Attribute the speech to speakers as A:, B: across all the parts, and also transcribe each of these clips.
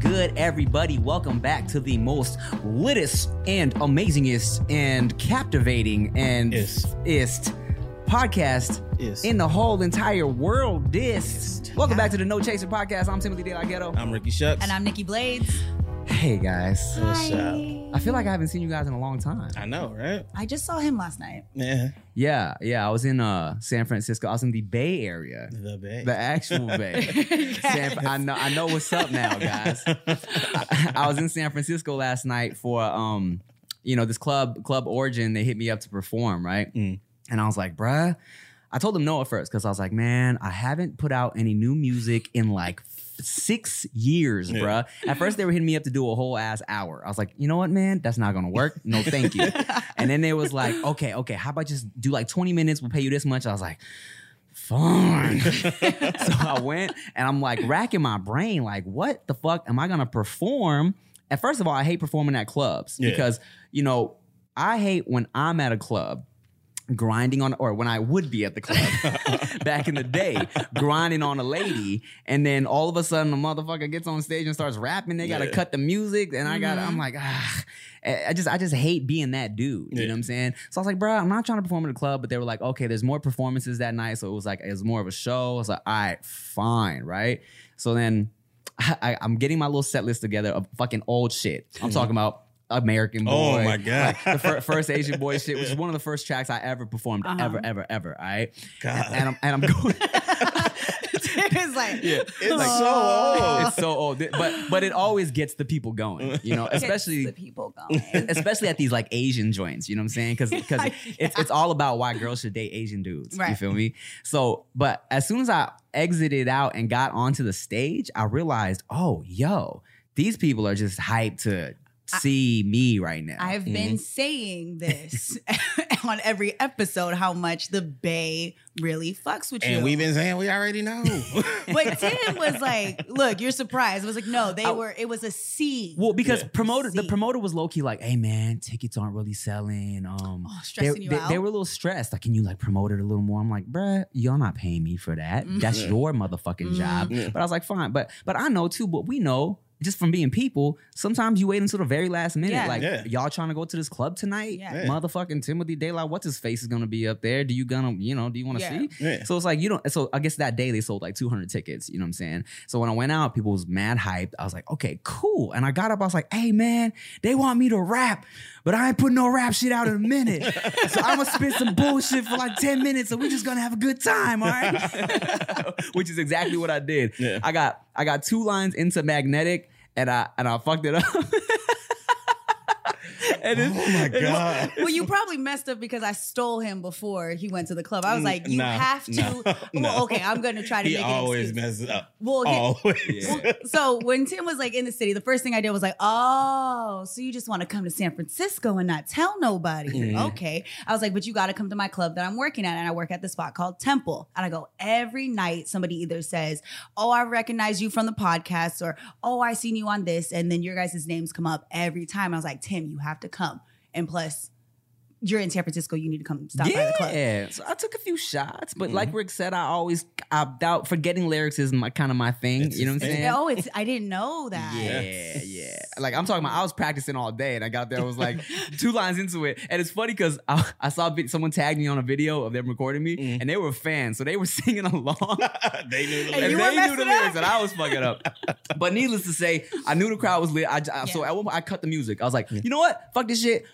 A: good, everybody? Welcome back to the most littest and amazingest and captivating and
B: Ist.
A: ist podcast
B: Ist.
A: in the whole entire world. Dist. Welcome back to the No Chaser podcast. I'm Timothy De La Ghetto.
B: I'm Ricky Shucks.
C: And I'm Nikki Blades.
A: Hey guys,
B: What's up?
A: I feel like I haven't seen you guys in a long time.
B: I know, right?
C: I just saw him last night.
B: Yeah,
A: Yeah, yeah. I was in uh San Francisco. I was in the Bay Area,
B: the bay.
A: the actual Bay. San, I know. I know what's up now, guys. I, I was in San Francisco last night for um, you know, this club, Club Origin. They hit me up to perform, right?
B: Mm.
A: And I was like, bruh, I told them no at first because I was like, man, I haven't put out any new music in like f- six years,
B: Yeah.
A: bruh. At first, they were hitting me up to do a whole ass hour. I was like, you know what, man, that's not gonna work. No, thank you. and then they was like, okay, okay, how about just do like 20 minutes? We'll pay you this much. I was like. Fine. so I went and I'm like racking my brain, like, what the fuck am I gonna perform? And first of all, I hate performing at clubs
B: Yeah.
A: because, you know, I hate when I'm at a club grinding on or when I would be at the club back in the day, grinding on a lady, and then all of a sudden the motherfucker gets on stage and starts rapping. They gotta
B: Yeah.
A: cut the music, and I got I'm like, ah, I I just I just hate being that dude. You
B: Yeah.
A: know what I'm saying? So I was like, bro, I'm not trying to perform at a club, but they were like, okay, there's more performances that night, so it was like it was more of a show. I was like, all right, fine, right? So then I, I'm getting my little set list together of fucking old shit. I'm talking about. American boy.
B: Mm-hmm. Oh my God.
A: Like, the fir- first Asian boy shit, which is one of the first tracks I ever performed,
C: Uh-huh.
A: ever, ever, ever. All right,
B: God.
A: and I'm and I'm going.
C: it's like,
B: yeah, it's
C: Like-
B: so old.
A: it's so old, but but it always gets the people going, you know,
C: gets the
A: especially.
C: people going.
A: Especially at these like Asian joints, you know what I'm saying? Because it's, it's all about why girls should date Asian dudes. You
C: Right.
A: feel me? So, but as soon as I exited out and got onto the stage, I realized, oh, yo, these people are just hyped to see me right now.
C: I've been saying this on every episode how much the Bay really fucks with you.
B: And we've been saying we already know.
A: Oh
C: but Tim was like, "Look, you're surprised." I was like, "No, they
A: I-
C: were. It was a C."
A: Well, because
B: Yeah.
A: promoter the
C: See.
A: promoter was low key like, hey man, tickets aren't really selling. Um
C: Oh,
A: they,
C: stressing you
A: they-
C: out.
A: they were a little stressed. Like, can you like promote it a little more? I'm like, bruh, y'all not paying me for that.
C: Mm.
A: That's
B: Yeah.
A: your motherfucking
C: Mm.
A: job.
B: Yeah.
A: But I was like, fine. But but I know too, but we know just from being people, sometimes you wait until the very last minute.
C: Yeah.
A: Like,
B: Yeah.
A: y'all trying to go to this club tonight?
C: Yeah.
B: Yeah.
A: Motherfucking Timothy Daylight, what's his face is gonna be up there? Do you gonna, you know, do you wanna
C: Yeah.
A: see?
B: Yeah.
A: So it's like you don't. So I guess that day they sold like 200 tickets. You know what I'm saying? So when I went out, people was mad hyped. I was like, okay, cool. And I got up. I was like, hey man, they want me to rap, but I ain't putting no rap shit out in a minute. so I'm gonna spit some bullshit for like 10 minutes, and we just gonna have a good time, all right? Which is exactly what I did.
B: Yeah.
A: I got I got two lines into magnetic, and I and I fucked it up. and it's,
B: Oh my
A: it was-
B: God.
C: well, you probably messed up because I stole him before he went to the club. I was
B: Mm,
C: like, "You
B: nah,
C: have to."
B: nah, nah.
C: Well, okay, I'm going to try to
B: He
C: make
B: always
C: an excuse.
B: messes up.
C: well, he-
B: Always.
A: Yeah.
C: so when Tim was like in the city, the first thing I did was like, oh, so you just want to come to San Francisco and not tell nobody.
A: Mm-hmm.
B: Mhm.
C: Okay. I was like, but you got to come to my club that I'm working at. And I work at the spot called Temple. And I go every night, somebody either says, oh, I recognize you from the podcast or, oh, I seen you on this. And then your guys' names come up every time. I was like, Tim, you have to come. And plus, you're in San Francisco. You need to come stop by the club.
A: Yeah. So I took a few shots, but
B: Mm-hmm.
A: like Rick said, I always opt out. Forgetting lyrics is my kind of my thing.
B: It's
A: you know what I'm
B: his
A: saying?
B: thing.
C: Oh, it's I didn't know that.
A: Yeah, yeah. Like I'm talking about, I was practicing all day, and I got there. I was like two lines into it, and it's funny because I, I saw vid- someone tagged me on a video of them recording me,
B: Mm.
A: and they were fans, so they were singing along.
B: they knew the
C: And
A: And
C: you
B: lyrics.
C: were
A: they knew the
C: messing
A: lyrics,
C: up.
A: and I was fucking up. but needless to say, I knew the crowd was lit. I, j- I- So
C: Yeah.
A: at one point, I cut the music. I was like, you know what? Fuck this shit.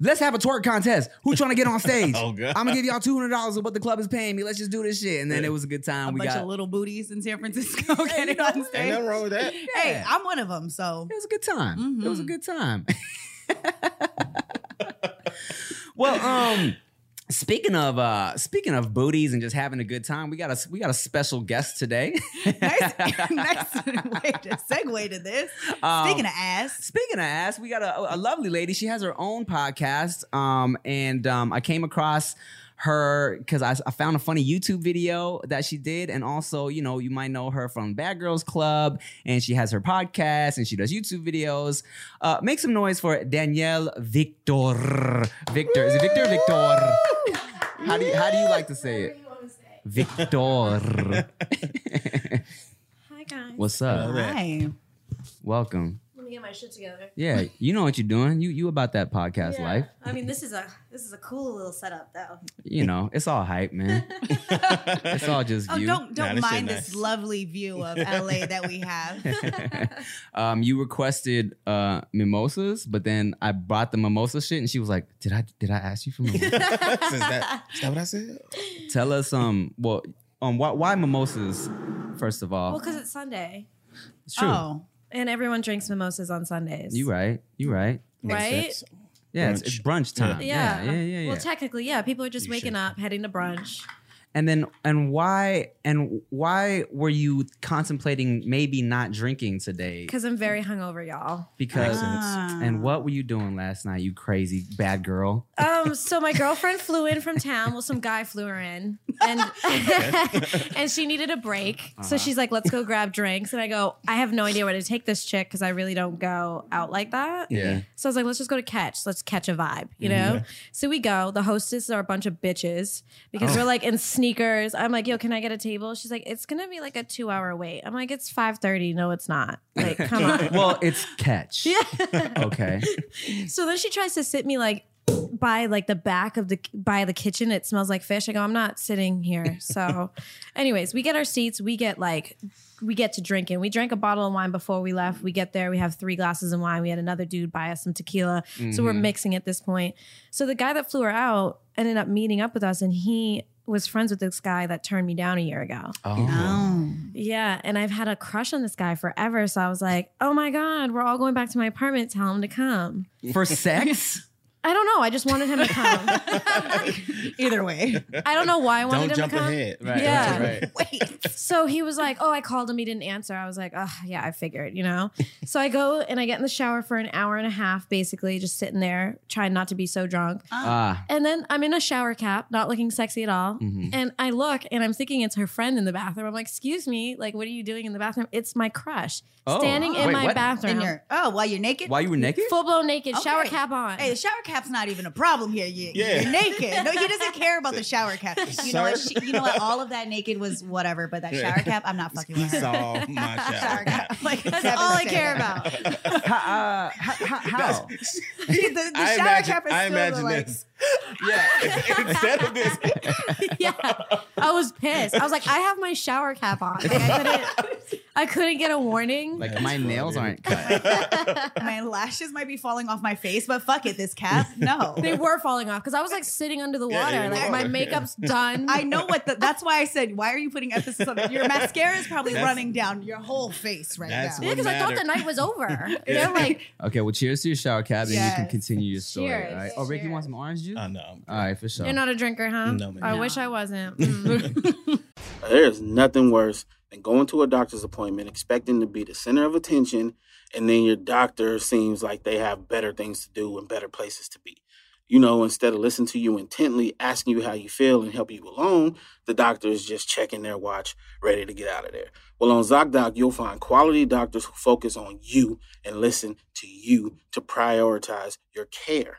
A: Let's have a twerk contest. Who trying to get on stage?
B: Oh, God.
A: I'm gonna give y'all two hundred dollars of what the club is paying me. Let's just do this shit. And then it was a good time.
C: A
A: we
C: bunch
A: got
C: of little booties in San Francisco getting on
B: Ain't
C: stage.
B: nothing wrong with that.
C: Hey,
A: Yeah.
C: I'm one of them. So
A: It was a good time. It was a
C: Mhm.
A: good time. well, um, speaking of uh, speaking of booties and just having a good time, we got a we got a special guest today.
C: nice, nice way to segue to this.
A: Um,
C: Speaking of ass,
A: Speaking of ass, we got a, a lovely lady. She has her own podcast. Um, and um, I came across her because I, I found a funny YouTube video that she did. And also, you know, you might know her from Bad Girls Club. And she has her podcast and she does YouTube videos. Uh, make some noise for Danielle Victor. Victor. Is it Victor or Victor? How do you, how do you like to say it?
D: Whatever you wanna say.
A: Victor.
D: Hi guys.
A: What's up?
B: All right.
C: hi.
A: Welcome.
D: Let me get my shit together.
A: Yeah, you know what you're doing. You you about that podcast
D: Yeah.
A: life.
D: I mean, this is a this is a cool little setup, though.
A: You know, it's all hype, man. It's all just
C: Oh,
A: you.
C: don't
E: Nah,
C: don't
E: this shit
C: mind
E: nice.
C: this lovely view of LA that we have.
A: um, you requested uh mimosas, but then I brought the mimosa shit, and she was like, "Did I did I ask you for mimosas?
E: Is that, is that what I said?
A: Tell us um well um why why mimosas first of all?
D: Well, because it's Sunday
A: it's true.
C: Oh,
D: and everyone drinks mimosas on Sundays.
A: You right? You right?
E: Makes
D: Right?
E: sense.
A: Yeah, it's, it's brunch time.
D: Yeah.
A: yeah, yeah, yeah. yeah.
D: Well, technically, yeah. People are just
E: You
D: waking
E: should.
D: up, heading to brunch.
A: and then and why and why were you contemplating maybe not drinking today?
D: Because I'm very hungover, y'all.
A: Because
C: Ah.
A: and what were you doing last night? You crazy bad girl.
D: Um, so my girlfriend flew in from town. Well, some guy flew her in, and and she needed a break. So she's like, "Let's go grab drinks." And I go, "I have no idea where to take this chick because I really don't go out like that."
E: Yeah.
D: So I was like, "Let's just go to catch. Let's catch a vibe," you know. So we go. The hostesses are a bunch of bitches because we're like in sneakers. I'm like, "Yo, can I get a table?" She's like, "It's gonna be like a two hour wait." I'm like, "It's five thirty. No, it's not. Like, come on."
A: Well, it's catch. Yeah. Okay.
D: So then she tries to sit me like by like the back of the by the kitchen. It smells like fish. I go, I'm not sitting here. So, anyways, we get our seats. We get like we get to drinking. We drank a bottle of wine before we left. We get there. We have three glasses of wine. We had another dude buy us some tequila. So we're
A: Mhm.
D: mixing at this point. So the guy that flew her out ended up meeting up with us, and he was friends with this guy that turned me down a year ago.
A: Oh.
C: oh.
D: Yeah, and I've had a crush on this guy forever. So I was like, "Oh my god, we're all going back to my apartment. Tell him to come."
A: For sex?
D: I don't know. I just wanted him to come.
C: Either way,
D: I don't know why I wanted
E: Don't
D: him
E: jump
D: to come.
E: ahead.
A: Right,
D: Yeah.
A: right, right.
C: wait.
D: So he was like, "Oh, I called him. He didn't answer." I was like, "Oh, yeah, I figured." You know. so I go and I get in the shower for an hour and a half, basically just sitting there trying not to be so drunk.
A: Ah.
D: And then I'm in a shower cap, not looking sexy at all.
A: Mhm.
D: And I look and I'm thinking it's her friend in the bathroom. I'm like, "Excuse me, like, what are you doing in the bathroom?" It's my crush
A: Oh,
D: standing in
A: wait,
D: my
A: what?
D: bathroom,
C: And you're oh, while you're naked.
A: While you were naked?
D: full blown naked, shower
C: Okay.
D: cap on.
C: Hey, the shower cap's not even a problem here. You,
E: Yeah.
C: You're naked. No, he doesn't care about the shower cap. You know what?
E: Sir?
C: She, you know what? All of that naked was whatever, but that
E: Yeah.
C: shower cap, I'm not fucking
E: He
C: with her.
E: saw my
C: Shower
E: shower.
C: cap. Like,
D: That's
C: seven
D: all I
C: cent.
D: care about.
A: Ha- uh, ha- ha- how?
C: the the
E: I
C: shower
E: imagine-
C: cap is
E: I
C: still the,
E: imagine
C: like,
E: this.
A: yeah.
E: Instead of this,
D: yeah, I was pissed. I was like, I have my shower cap on. Like, I couldn't, I couldn't get a warning.
A: Like my nails aren't cut.
C: my lashes might be falling off my face, but fuck it, this cap, no.
D: they were falling off because I was like sitting under the water.
E: Yeah, yeah,
D: like
E: yeah.
D: my makeup's done.
C: I know what the, that's why I said, why are you putting emphasis on that? Your mascara is probably
E: That's-
C: running down your whole face right
E: That's
C: now.
D: yeah,
E: what-
D: because I thought
E: matter.
D: the night was over.
E: Yeah.
D: They're like,
A: Okay, well, cheers to your shower cab, and you can
C: Yes.
A: continue your story.
D: Cheers,
A: all right? Oh, Rick, you want some orange juice?
E: oh no.
A: all right, for sure.
D: you're not a drinker, huh?
E: No, ma'am.
D: I wish I wasn't. Mm.
B: There's nothing worse than going to a doctor's appointment expecting to be the center of attention, and then your doctor seems like they have better things to do and better places to be. You know, instead of listening to you intently, asking you how you feel and help you along, the doctor is just checking their watch, ready to get out of there. Well, on ZocDoc, you'll find quality doctors who focus on you and listen to you to prioritize your care.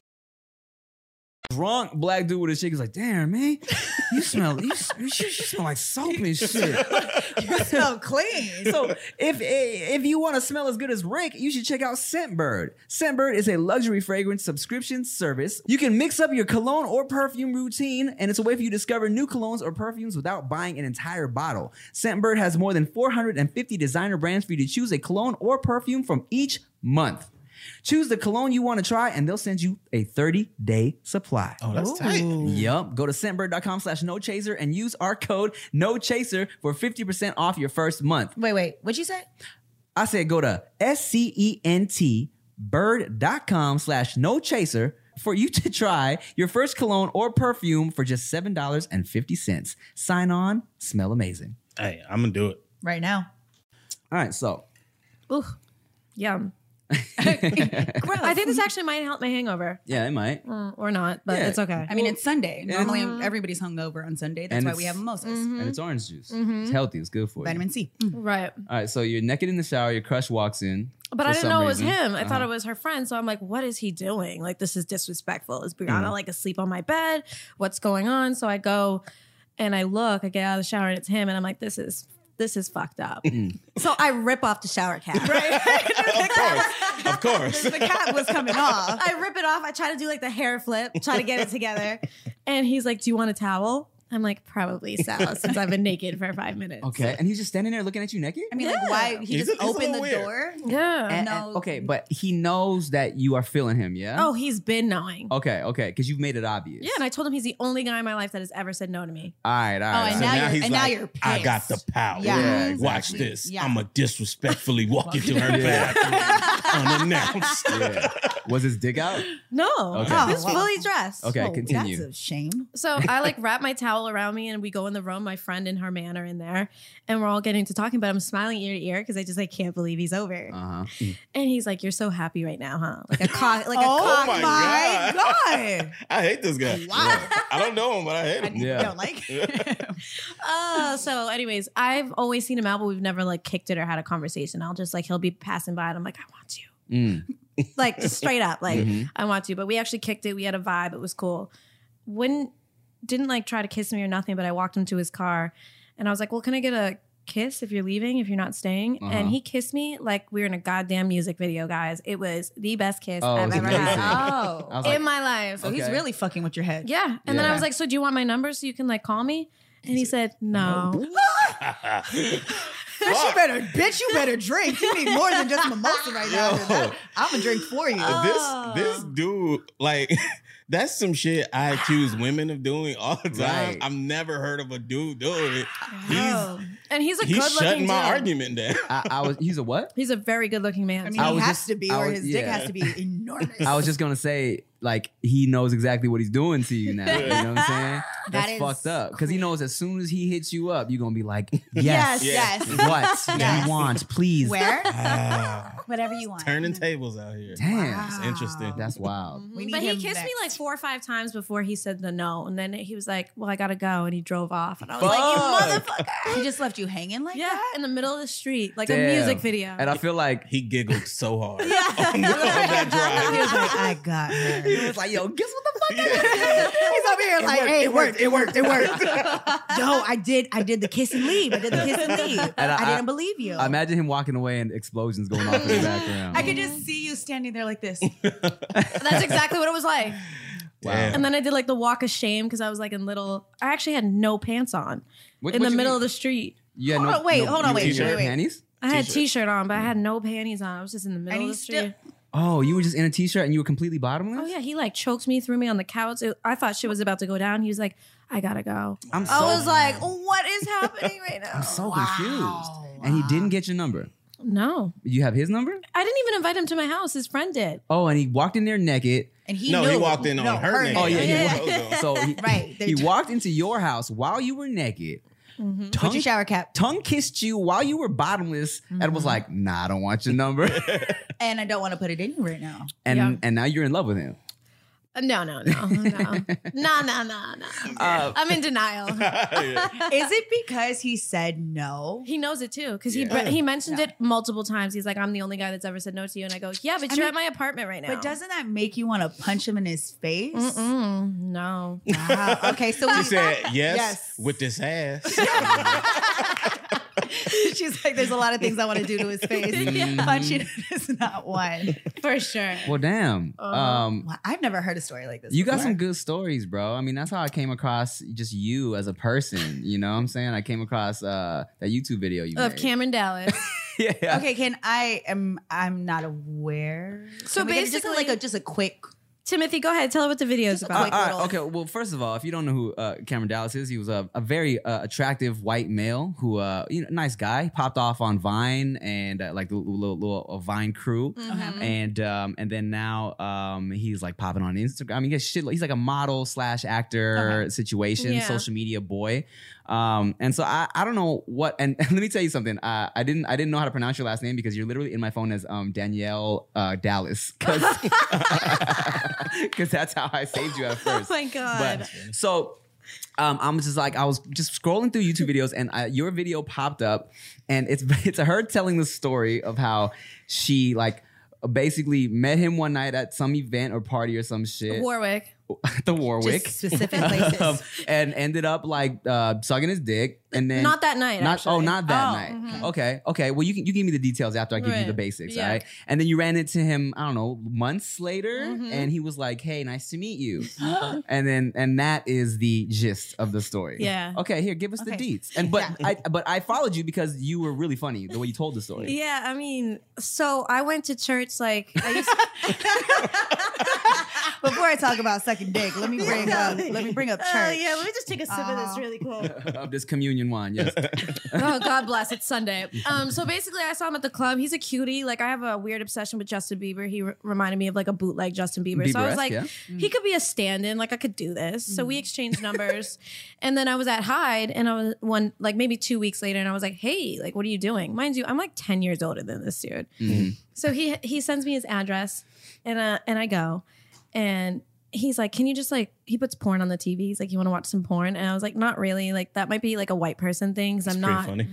A: drunk black dude with a shake is like, damn, man, you smell, you, you, you smell like soap and shit.
C: You smell clean.
A: So if if you want to smell as good as Rick, you should check out Scentbird. Scentbird is a luxury fragrance subscription service. You can mix up your cologne or perfume routine, and it's a way for you to discover new colognes or perfumes without buying an entire bottle. Scentbird has more than 450 designer brands for you to choose a cologne or perfume from each month. Choose the cologne you want to try, and they'll send you a 30-day supply.
B: Oh, that's tight.
A: Yup. Go to scentbird.com slash no chaser and use our code no chaser for 50% off your first month.
C: Wait, wait. What'd you say?
A: I said go to E S-C-E-N-T bird.com slash no chaser for you to try your first cologne or perfume for just $7.50. Sign on, smell amazing.
B: Hey, I'm gonna do it.
C: Right now.
A: All right, so
D: Ooh, yum.
C: Gross.
D: I think this actually might help my hangover,
A: yeah, it might.
D: Mm, or not, but
A: Yeah.
D: it's okay.
C: I mean, it's Sunday.
A: yeah.
C: Normally, everybody's hungover on Sunday. That's
A: And
C: why we
A: it's-
C: have mimosas,
D: Mm-hmm.
A: And it's orange juice.
D: Mhm.
A: It's healthy, it's good for you.
C: vitamin C.
D: Mm-hmm. right.
A: All right, so you're naked in the shower, your crush walks in. for
D: But I didn't
A: some
D: know it was
A: reason.
D: him. I thought
A: Uh-huh.
D: it was her friend. So I'm like, what is he doing? Like, this is disrespectful. Is Brianna
A: Mm-hmm.
D: like asleep on my bed? What's going on? So I go and I look, I get out of the shower and it's him. And I'm like, this is. This is fucked up.
A: Mm.
D: so I rip off the shower cap.
B: of course, of course.
C: the cap was coming off.
D: I rip it off. I try to do like the hair flip, try to get it together. And he's like, Do you want a towel? I'm like, Probably so, since I've been naked for five minutes.
A: Okay, and he's just standing there looking at you naked?
C: I mean,
D: Yeah.
C: like, why he
B: He's
C: just
B: a- he's a
C: opened the
B: little weird.
C: door?
D: Yeah.
A: And- and-
C: No.
A: okay, but he knows that you are feeling him, yeah?
D: Oh, he's been knowing.
A: Okay, okay, because you've made it obvious.
D: Yeah. And I told him he's the only guy in my life that has ever said no to me.
A: all right, all
C: Oh,
A: right. all
C: and
B: So
C: now
A: right.
B: now
C: you're-
B: he's
C: and now
B: like,
C: you're
B: I got the
C: pissed.
B: power.
C: Yeah.
A: Yeah,
B: Watch
A: exactly.
B: this.
C: Yeah.
B: I'm going to disrespectfully walk into her
A: Yeah.
B: bathroom unannounced.
A: Yeah. Was his dick out?
D: No.
A: Okay.
D: He was
C: Oh, wow.
D: fully dressed.
A: Okay,
C: Oh,
A: continue.
C: That's a shame.
D: So I like wrap my towel around me and we go in the room. My friend and her man are in there and we're all getting to talking, but I'm smiling ear to ear because I just like can't believe he's over.
A: Uh-huh.
D: And he's like, You're so happy right now, huh? Like a cock, like
C: a
D: a
C: cock-
B: Oh
C: my
B: my
C: God.
B: God. I hate this guy.
C: Wow.
B: I don't know him, but I hate him.
A: Yeah.
C: Don't like.
D: Oh, so anyways, I've always seen him out, but we've never like kicked it or had a conversation. I'll just like he'll be passing by and I'm like, I want you.
A: Mm.
D: Like just straight up, like
A: Mhm.
D: I want you. But we actually kicked it. We had a vibe. It was cool. Wouldn't didn't like try to kiss me or nothing, but I walked him to his car and I was like, Well, can I get a kiss if you're leaving, if you're not staying?
A: Uh-huh.
D: And he kissed me like we were in a goddamn music video, guys. It was the best kiss
A: Oh, it
D: I've
A: was
D: ever
A: amazing.
D: had.
C: Oh,
A: I was like,
D: in my life.
C: so he's
A: okay.
C: really fucking with your head.
D: Yeah. And then I
A: Yeah.
D: was like, So do you want my number so you can like call me? And he said, No.
C: Bitch, you
B: Fuck.
C: better, bitch, you better drink. You need more than just mimosa right now. 'cause
B: Yo.
C: I'm gonna drink for you.
B: Uh,
D: Oh.
B: This this dude, like, that's some shit I accuse women of doing all the time.
A: Right.
B: I've never heard of a dude doing it.
D: Oh. and he's a
B: He's
D: good
B: shutting
D: looking
B: my
D: dude.
B: argument down.
A: I, I was he's a what?
D: He's a very good looking man.
C: I mean,
A: I
C: he
A: was
C: has
A: just-
C: to be,
A: I
C: or
A: was-
C: his dick
A: yeah.
C: has to be enormous.
A: I was just gonna say, like, he knows exactly what he's doing to you now. You know what I'm saying? That's
C: is
A: fucked up. Because he knows as soon as he hits you up, you're gonna be like, Yes,
C: yes, yes.
A: what do
C: Yes.
A: you want? Please.
C: Where?
B: Ah,
C: Whatever you want.
B: turning tables out here.
A: Damn.
C: Wow.
B: It's interesting.
A: That's wild.
C: We need
D: Mm-hmm. but he
C: him
D: kissed me
C: next.
D: like four or five times before he said the no, and then he was like, "Well, I gotta go," and he drove off. And I was like,
A: Fuck.
D: "You motherfucker!"
C: He just left you hanging like
D: Yeah,
C: that.
D: in the middle of the street, like a
A: Damn.
D: music video.
A: And I feel like
B: He giggled so hard.
D: yeah,
B: on that drive.
C: He was like, I got her.
A: he was like, yo, guess what the fuck?
C: He's over here like, hey, it worked, it worked, it worked. no, I did, I did the kiss and leave. I did the kiss and leave.
A: And
C: I,
A: I-
C: didn't believe you.
A: I imagine him walking away and explosions going off in the background.
C: I could just see you standing there like this.
D: that's exactly what it was like.
A: Wow.
B: Damn.
D: And then I did like the walk of shame because I was like in little. I actually had no pants on
A: What-
D: in
A: what
D: the
A: you
D: middle
A: mean?
D: of the street.
A: Yeah,
C: Hold
A: no,
C: on, wait,
A: no,
C: hold on,
A: you-
C: wait,
A: you were
C: wait, wait.
A: panties?
D: I had
B: T-shirt.
D: t-shirt on, but I had no panties on. I was just in the middle
C: And he
D: of the street.
C: still,
A: Oh, you were just in a t-shirt and you were completely bottomless.
D: Oh yeah, he like choked me, threw me on the couch. It- I thought shit was about to go down. He was like, "I gotta go."
A: I'm so,
D: I was like, "What is happening right now?"
A: I'm so confused. And he didn't get your number.
D: No,
A: You have his number?
D: I didn't even invite him to my house. His friend did.
A: Oh, and he walked in there naked.
C: and he
B: no,
C: knew.
B: he walked in on
C: No,
B: her. name.
A: Oh, yeah, he
D: Yeah.
B: Those are-
A: So he,
C: Right.
A: he walked into your house while you were naked.
C: Put
D: Mm-hmm.
A: Tongue,
C: your shower cap.
A: tongue kissed you while you were bottomless and
C: Mm-hmm.
A: was like, "Nah, I don't want your number."
C: And I don't want to put it in you right now.
A: and
D: Yeah.
A: and now you're in love with him.
D: Uh, No, no, no, no, no, no, no, no.
A: Uh,
D: I'm in denial.
B: Yeah.
C: Is it because he said no?
D: He knows it too because
B: Yeah.
D: he he mentioned it multiple times. He's like, "I'm the only guy that's ever said no to you," and I go, "Yeah, but
C: I
D: you're
C: mean,
D: at my apartment right now."
C: But doesn't that make you want to punch him in his face?
D: Mm-mm, no?
C: Wow. Okay, so
B: She
C: we,
B: said yes,
C: Yes.
B: with this ass.
C: she's like, there's a lot of things I want to do to his face. Punching
A: Mm.
C: is not one.
D: For sure.
A: Well, damn. Um,
C: Oh, Wow, I've never heard a story like this.
A: you got
C: before.
A: some good stories, bro. I mean, that's how I came across just you as a person. You know what I'm saying? I came across uh, that YouTube video you
D: Of
A: made.
D: Cameron Dallas.
A: yeah.
C: Okay, can I am I'm not aware.
D: So
C: Can we get just a-
D: basically-
C: like a just a quick
D: Timothy, go ahead. Tell her what the video is
C: Just
A: Uh,
C: a
D: about.
C: quick-
A: all right,
C: little-
A: okay. Well, first of all, if you don't know who uh, Cameron Dallas is, he was a, a very uh, attractive white male who, uh, you know, nice guy. Popped off on Vine and uh, like the little little, little uh, Vine crew,
D: Mhm.
A: and um, and then now um, he's like popping on Instagram. I mean, he gets shit. He's like a model slash actor situation,
D: Yeah.
A: social media boy. Um, and so I, I don't know what. And, let me tell you something. Uh, I didn't I didn't know how to pronounce your last name because you're literally in my phone as um, Danielle uh, Dallas because that's how I saved you at
D: Oh
A: first.
D: my god.
A: But so um, I'm just like I was just scrolling through YouTube videos, and I, your video popped up, and it's it's her telling the story of how she like basically met him one night at some event or party or some shit
D: Warwick.
A: at the Warwick,
C: just specific places.
A: um, and ended up like uh, sucking his dick, and then
D: not that night.
A: not
D: actually.
A: oh not that
C: Oh,
A: night
D: mhm.
A: okay okay well you can you give me the details after i give you
D: Right.
A: the basics
D: Yeah.
A: all right and then you ran into him i don't know months later
D: Mhm.
A: and he was like hey nice to meet you and then and that is the gist of the story
D: Yeah.
A: okay here give us the
C: Okay.
A: deets and but
C: Yeah.
A: i but i followed you because you were really funny the way you told the story
D: Yeah, I mean, so I went to church like I used
C: Before I talk about sucking dick, let me bring up let me bring up
D: Oh,
C: church.
D: yeah, let me just take a sip of this
C: Oh.
D: really quick.
A: of this communion wine yes
D: oh God bless it's Sunday. Um, so basically, I saw him at the club. He's a cutie. Like I have a weird obsession with Justin Bieber. He re- reminded me of like a bootleg Justin Bieber. so I
A: Bieber-esque,
D: was like,
A: yeah. Mm.
D: he could be a stand-in. Like I could do this. So we exchanged numbers, and then I was at Hyde, and I was one like maybe two weeks later, and I was like, hey, like what are you doing? Mind you, I'm like ten years older than this dude.
A: Mhm.
D: So he he sends me his address, and uh, and I go, and he's like, "Can you just like?" He puts porn on the TV. He's like, "You want to watch some porn?" And I was like, "Not really. Like that might be like a white person thing. 'cause I'm
B: Pretty
D: not
B: funny.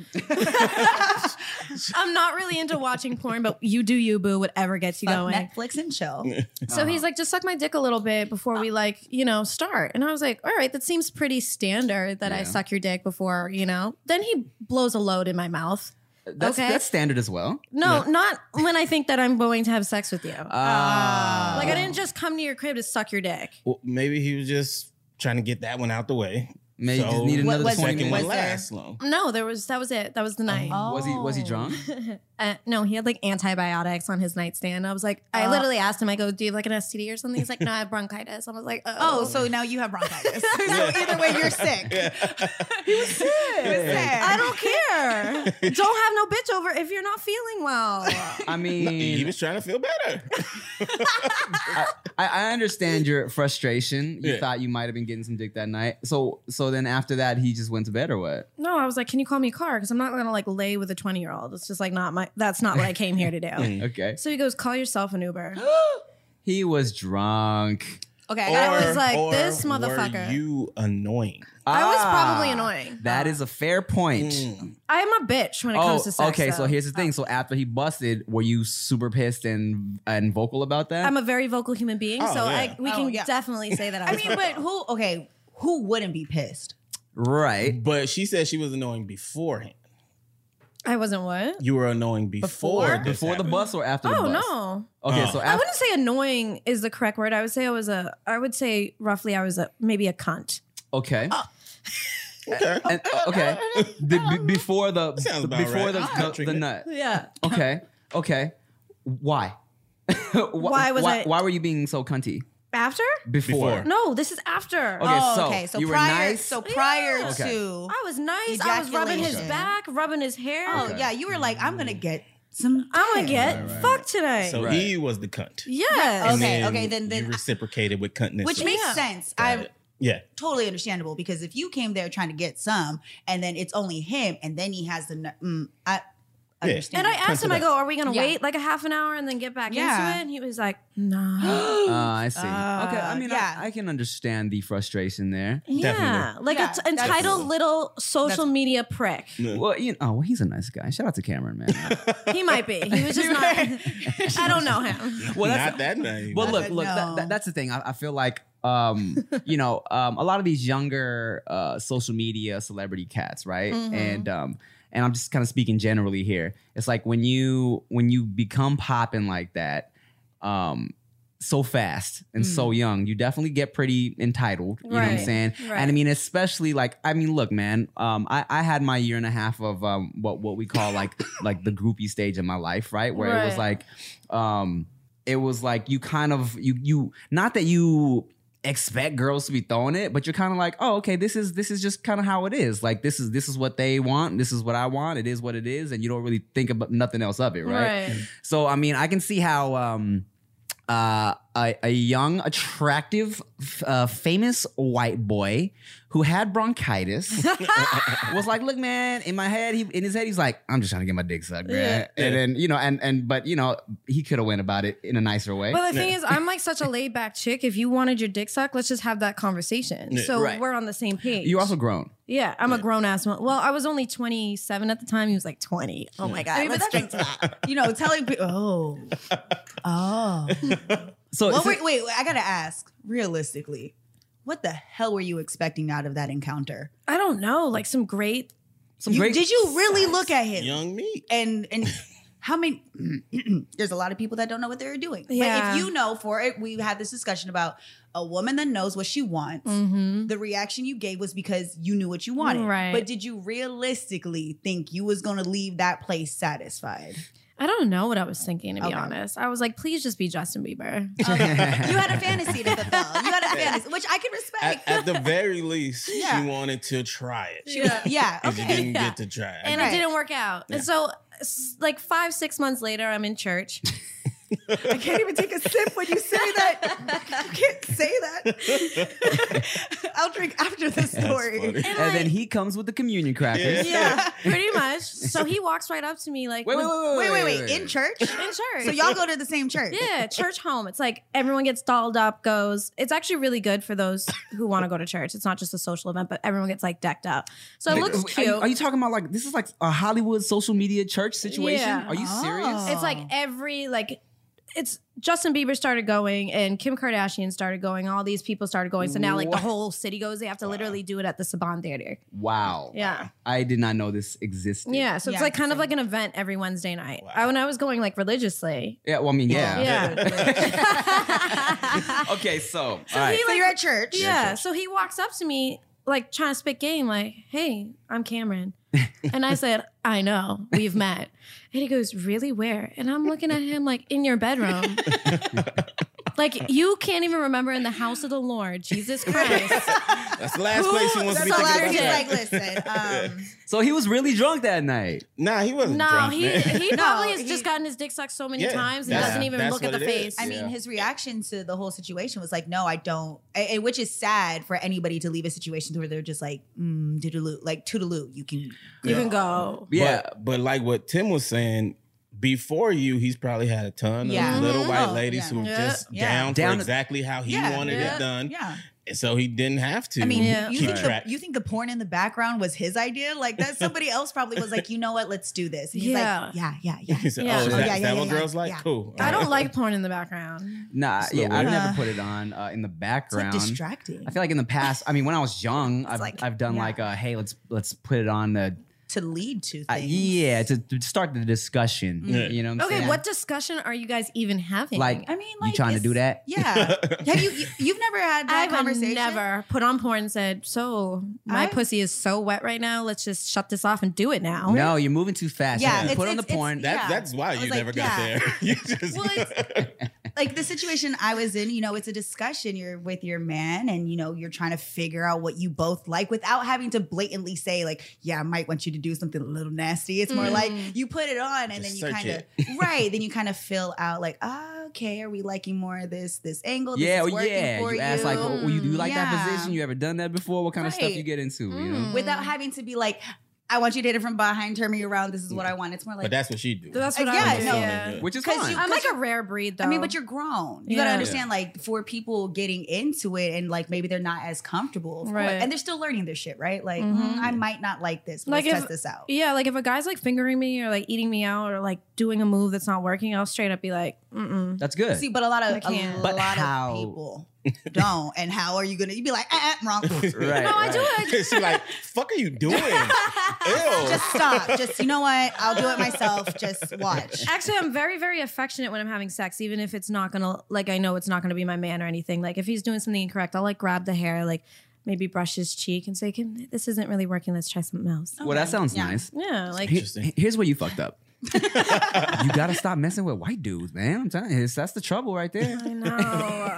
D: I'm not really into watching porn, but you do you boo. Whatever gets you
C: Fuck
D: going.
C: Netflix and chill.
D: So he's like, just suck my dick a little bit before we like, you know, start. And I was like, all right, that seems pretty standard that I
A: Yeah.
D: suck your dick before, you know. Then he blows a load in my mouth.
A: Uh-huh. that's
D: Okay.
A: that's standard as well
D: No, not when I think that I'm going to have sex with you.
C: Uh,
A: Ah.
D: like I didn't just come to your crib to suck your dick.
B: Well, maybe he was just trying to get that one out the way.
A: Maybe you
B: So-
A: just need
C: What
A: another
C: was-
A: 20
B: Second
A: minutes.
B: one
C: Was there-
B: lasts long.
D: No, there was that was it. That was the night.
A: was he was he
C: Oh.
A: drunk
D: Uh, no, he had like antibiotics on his nightstand. I was like, I
C: Oh.
D: literally asked him, I go, do you have like an STD or something? He's like, no, I have bronchitis. I was like,
C: Oh, so now you have bronchitis. so either way, you're sick.
B: he was
D: I don't care. Don't have no bitch over if you're not feeling well.
A: i mean
B: He was trying to feel better.
A: I, I understand your frustration. You
B: Yeah.
A: thought you might have been getting some dick that night. So so then after that he just went to bed or what?
D: No, I was like, can you call me a car? Because I'm not gonna like lay with a 20 year old. It's just like not my. That's not what I came here to do.
A: Okay.
D: so he goes, call yourself an Uber.
A: He was drunk.
D: Okay, I was like,
B: or
D: this
B: were
D: motherfucker.
B: you annoying?
D: I was probably
A: Ah,
D: annoying.
A: That is a fair point.
B: Mm.
D: I am a bitch when it
A: Oh,
D: comes to sex.
A: okay. So
D: though.
A: here's the thing. So after he busted, were you super pissed and and vocal about that?
D: I'm a very vocal human being,
B: Oh,
D: so I,
B: yeah.
D: we
C: Oh,
D: can
C: yeah.
D: definitely say that. I,
C: I
D: was
C: mean, but who? Okay, who wouldn't be pissed?
A: right.
B: But she said she was annoying beforehand.
D: I wasn't what?
B: You were annoying before
D: Before?
B: this
A: Before the
B: happened.
A: bus or after the
D: Oh
A: bus?
D: no.
A: Okay.
B: Oh.
A: So
D: I
A: after,
D: wouldn't say annoying is the correct word. I would say I was a. I would say roughly I was a maybe a cunt.
A: okay.
B: Okay.
A: And, okay. The- be- before the
B: Sounds about
A: before
B: right. I'm
A: the, the,
B: picturing
A: the
B: it.
A: nut.
D: Yeah.
A: Okay. Okay. Why? why,
D: Why was
A: why,
D: I-
A: why were you being so cunty
D: After?
A: before?
B: Before.
D: No, this is after.
A: Okay, so you were
C: prior,
A: nice.
C: Oh, so prior
D: Yeah.
A: Okay.
C: to,
D: I was nice. I was rubbing his
C: Ejaculation.
D: back, rubbing his hair.
C: oh yeah, you were like, I'm gonna get some.
D: I'm gonna
C: dick.
D: get fucked today.
B: So
A: Right.
B: he was the cunt.
D: yes.
B: And
C: Okay, okay, then- then-
B: you reciprocated with cuntness.
C: which
B: So-
C: makes
D: Yeah.
C: sense.
B: Got
C: I
B: it. yeah.
C: totally understandable because if you came there trying to get some and then it's only him and then he has the ner- mm, I
B: Yeah.
C: understand.
D: And I asked him, I go, are we gonna
C: Yeah.
D: wait like a half an hour and then get back
C: Yeah.
D: into it? And he was like, nah.
A: Uh, I see.
C: Uh,
A: okay. I mean,
C: yeah.
A: I, I can understand the frustration there.
D: yeah.
B: Definitely.
D: Like
C: Yeah,
D: an
C: that's-
D: entitled little social media prick.
A: Well, you know, oh, well, he's a nice guy. Shout out to Cameron, man.
D: He might be. He was just not I don't know him.
A: well, that's,
B: Not that naive.
A: well, look,
C: But
A: look. That,
C: no.
A: that, that's the thing. I, I feel like, um, you know, um, a lot of these younger uh, social media celebrity cats, right? And um, and I'm just kind of speaking generally here. It's like when you when you become popping like that, um, so fast and so young. You definitely get pretty entitled. You know what I'm
D: Right,
A: saying?
D: right.
A: And I mean, especially like, I mean, look, man, um, I, I had my year and a half of um what what we call like like the groupie stage in my life, right? Where it was
D: Right.
A: like, um, it was like you kind of you you not that you expect girls to be throwing it, but you're kind of like, oh, okay, this is this is just kind of how it is. Like this is this is what they want, this is what I want, it is what it is, and you don't really think about nothing else of it, right? So I mean, I can see how um, uh, a, a young, attractive, f- uh, famous white boy who had bronchitis was like, "Look, man, in my head, he in his head, he's like, I'm just trying to get my dick sucked, man."
B: Yeah.
A: And then you know, and and but you know, he could have went about it in a nicer way.
D: But the thing is, I'm like such a laid back chick. If you wanted your dick sucked, let's just have that conversation.
B: Yeah.
D: So
A: Right.
D: we're on the same page.
A: you also grown.
D: yeah, I'm a grown ass one. Well, I was only 27 at the time. He was like 20. Oh my god,
C: I mean, but
D: let's drink
C: that's you know telling people. Oh, oh.
A: So
C: Well,
A: so-
C: wait, wait, wait, I gotta ask realistically, what the hell were you expecting out of that encounter?
D: I don't know, like some great.
A: some
C: You-
A: great.
C: did you really look at him?
B: Young me.
C: And and how many? there's a lot of people that don't know what they're doing.
D: Yeah.
C: But if you know for it, we had this discussion about a woman that knows what she wants.
D: Mm-hmm.
C: The reaction you gave was because you knew what you wanted.
D: Right.
C: But did you realistically think you was gonna leave that place satisfied?
D: I don't know what I was thinking to be
C: Okay.
D: honest. I was like, please just be Justin Bieber.
C: you had a fantasy to fulfill. You had a fantasy, which I can
B: At,
C: respect.
B: at the very least,
C: Yeah.
B: she wanted to try it.
D: Yeah.
C: yeah.
B: If you
D: Okay,
B: didn't
D: yeah.
B: get to try it.
D: and
C: Right.
D: it didn't work out. And so, s- like five, six months later, I'm in church.
C: I can't even take a sip when you say that. You can't say that. I'll drink after the
B: That's
C: story.
B: funny.
D: And,
A: and then
D: like-
A: he comes with the communion
B: Yeah.
A: crackers.
D: yeah, pretty much. So he walks right up to me, like,
A: Wait, wait,
D: with-
A: wait,
C: Wait, wait, wait. In church?
D: in church.
C: So y'all go to the same church?
D: Yeah, church home. It's like everyone gets dolled up, goes. It's actually really good for those who want to go to church. It's not just a social event, but everyone gets like decked up. So it looks
A: Are
D: cute.
A: you, are you talking about like this is like a Hollywood social media church situation?
D: Yeah.
A: Are you serious?
C: Oh.
D: it's like every like it's Justin Bieber started going and Kim Kardashian started going. All these people started going. So now like
A: What?
D: the whole city goes. They have to
B: Wow.
D: literally do it at the Saban Theater.
A: Wow.
D: Yeah.
A: I did not know this existed.
D: Yeah. So
C: Yeah,
D: it's like kind of
C: same.
D: like an event every Wednesday night.
B: Wow.
D: I, when I was going like religiously.
A: Yeah, well, I mean, yeah.
D: Yeah.
A: okay, so,
D: So
A: all right.
D: he
C: So you're at church.
D: Yeah. So he walks up to me, like trying to spit game, like, hey, I'm Cameron. and I said, I know, we've met. And he goes, Really? Where? And I'm looking at him like, In your bedroom. like, you can't even remember in the house of the Lord, Jesus Christ.
B: That's the last place she wants
C: That's
B: to
C: the
B: be thinking
C: last
B: about
C: he's
B: that.
C: like, listen, um,
A: so he was really drunk that night.
B: nah, he wasn't
D: no,
B: drunk,
D: he,
B: man.
D: he
C: No,
D: probably has
C: he-
D: just gotten his dick sucked so many
B: Yeah,
D: times and
A: that's-
D: doesn't even
B: that's
D: look at the
B: what it is.
D: face.
C: I
B: Yeah.
C: mean, his reaction to the whole situation was like, no, I don't, a- and which is sad for anybody to leave a situation where they're just like, mm, doodaloo, like toodaloo, you can.
D: You can go.
A: Yeah.
B: But, but like what Tim was saying, before you, he's probably had a ton
C: Yeah.
B: of little white
C: Oh,
B: ladies
C: yeah.
B: who were
D: Yeah.
B: just
C: Yeah.
B: down,
A: Down to-
B: for exactly how he
C: Yeah,
B: wanted
D: yeah.
B: it done.
C: Yeah.
B: And so he didn't have to
C: I mean,
D: Yeah.
C: you,
B: keep
C: think the,
B: track.
C: you think the porn in the background was his idea? Like that somebody else probably was like, you know what, let's do this. And he's
D: Yeah.
C: like, yeah, yeah,
B: he
C: yeah.
B: said,
D: Yeah.
B: Oh, is
D: Oh,
B: that,
C: yeah,
B: is
C: yeah,
B: that what
C: yeah,
B: girls
C: yeah.
B: like?
C: Yeah.
B: Cool.
D: I don't like porn in the background.
A: Nah,
B: It's a
A: yeah,
B: little
A: I've
B: weird.
A: never
C: Uh,
A: put it on uh, in the
C: It's like
A: background.
C: distracting
A: I feel like in the past, I mean, when I was young, I've,
C: like-
A: I've done
C: yeah.
A: like, uh, hey, let's let's put it on the,
C: to lead to
A: uh,
C: things.
A: yeah, to, to start the discussion.
B: Mm. Yeah.
A: You know what I'm
D: Okay,
A: saying?
D: what discussion are you guys even having?
A: Like,
C: I mean,
A: you
C: like
A: trying to
C: it's-
A: do that?
C: Yeah. Have you, you? You've never had that
D: I've
C: conversation.
D: never put on porn and said, "So my
C: I've-
D: pussy is so wet right now. Let's just shut this off and do it now."
A: No, you're moving too fast.
C: Yeah,
A: Yeah,
C: it's-
A: put on the
C: it's- it's-
A: porn.
B: That,
C: Yeah.
B: That's why
C: I
B: you
C: was like,
B: never got
C: yeah.
B: there. You just
C: Well, Like the situation I was in, you know, it's a discussion. You're with your man, and you know, you're trying to figure out what you both like without having to blatantly say, like, "Yeah, I might want you to do something a little nasty." It's more like
D: Mm.
C: you put it on,
B: Just
C: and then you
B: search
C: kind of right. Then you kind of fill out, like, "Ah, okay, are we liking more of this this angle? This
A: yeah,
C: is
A: oh,
C: working
A: yeah.
C: for
A: You
C: you."
A: ask like, oh, you, do you like
C: Yeah.
A: that position? You ever done that before? What kind of stuff
C: Right.
A: you get into? You know?
D: Mm.
C: without having to be like, "I want you to hit it from behind, turn me around. This is what I want." It's more like
B: but that's what she do.
D: that's
C: Uh,
D: what
C: yeah,
D: I was
C: no.
D: yeah.
A: Which is
C: 'Cause
A: fine.
C: you-
D: I'm like a rare breed, though.
C: I mean, but you're grown. You
D: Yeah.
C: gotta understand, like, for people getting into it and like maybe they're not as comfortable, of course.
D: Right.
C: and they're still learning their shit, right? Like,
D: Mhm.
C: "Mm, I might not like this. But
D: Like
C: let's
D: if-
C: test this out.
D: yeah, like if a guy's like fingering me or like eating me out or like doing a move that's not working, I'll straight up be like, Mm-mm.
A: That's good.
C: See, but a lot
D: I
C: of a
D: can't.
A: But
C: lot
A: how?
C: of people don't. And how are you gonna? You'd be like, eh, eh, wrong.
A: right.
D: No, I
A: right.
D: do it.
B: She's like, "Fuck are you doing?" Ew.
C: Just stop. Just you know what? I'll do it myself. Just watch.
D: Actually, I'm very, very affectionate when I'm having sex, even if it's not gonna like I know it's not gonna be my man or anything. Like if he's doing something incorrect, I'll like grab the hair, like maybe brush his cheek and say, "Can this isn't really working? Let's try something else."
A: Well, that
C: Okay.
A: sounds
C: Yeah.
A: nice.
D: Yeah, like
A: He-
B: Interesting.
A: here's where you fucked up. you gotta stop messing with white dudes, man. I'm telling you, it's- that's the trouble right there.
D: I know.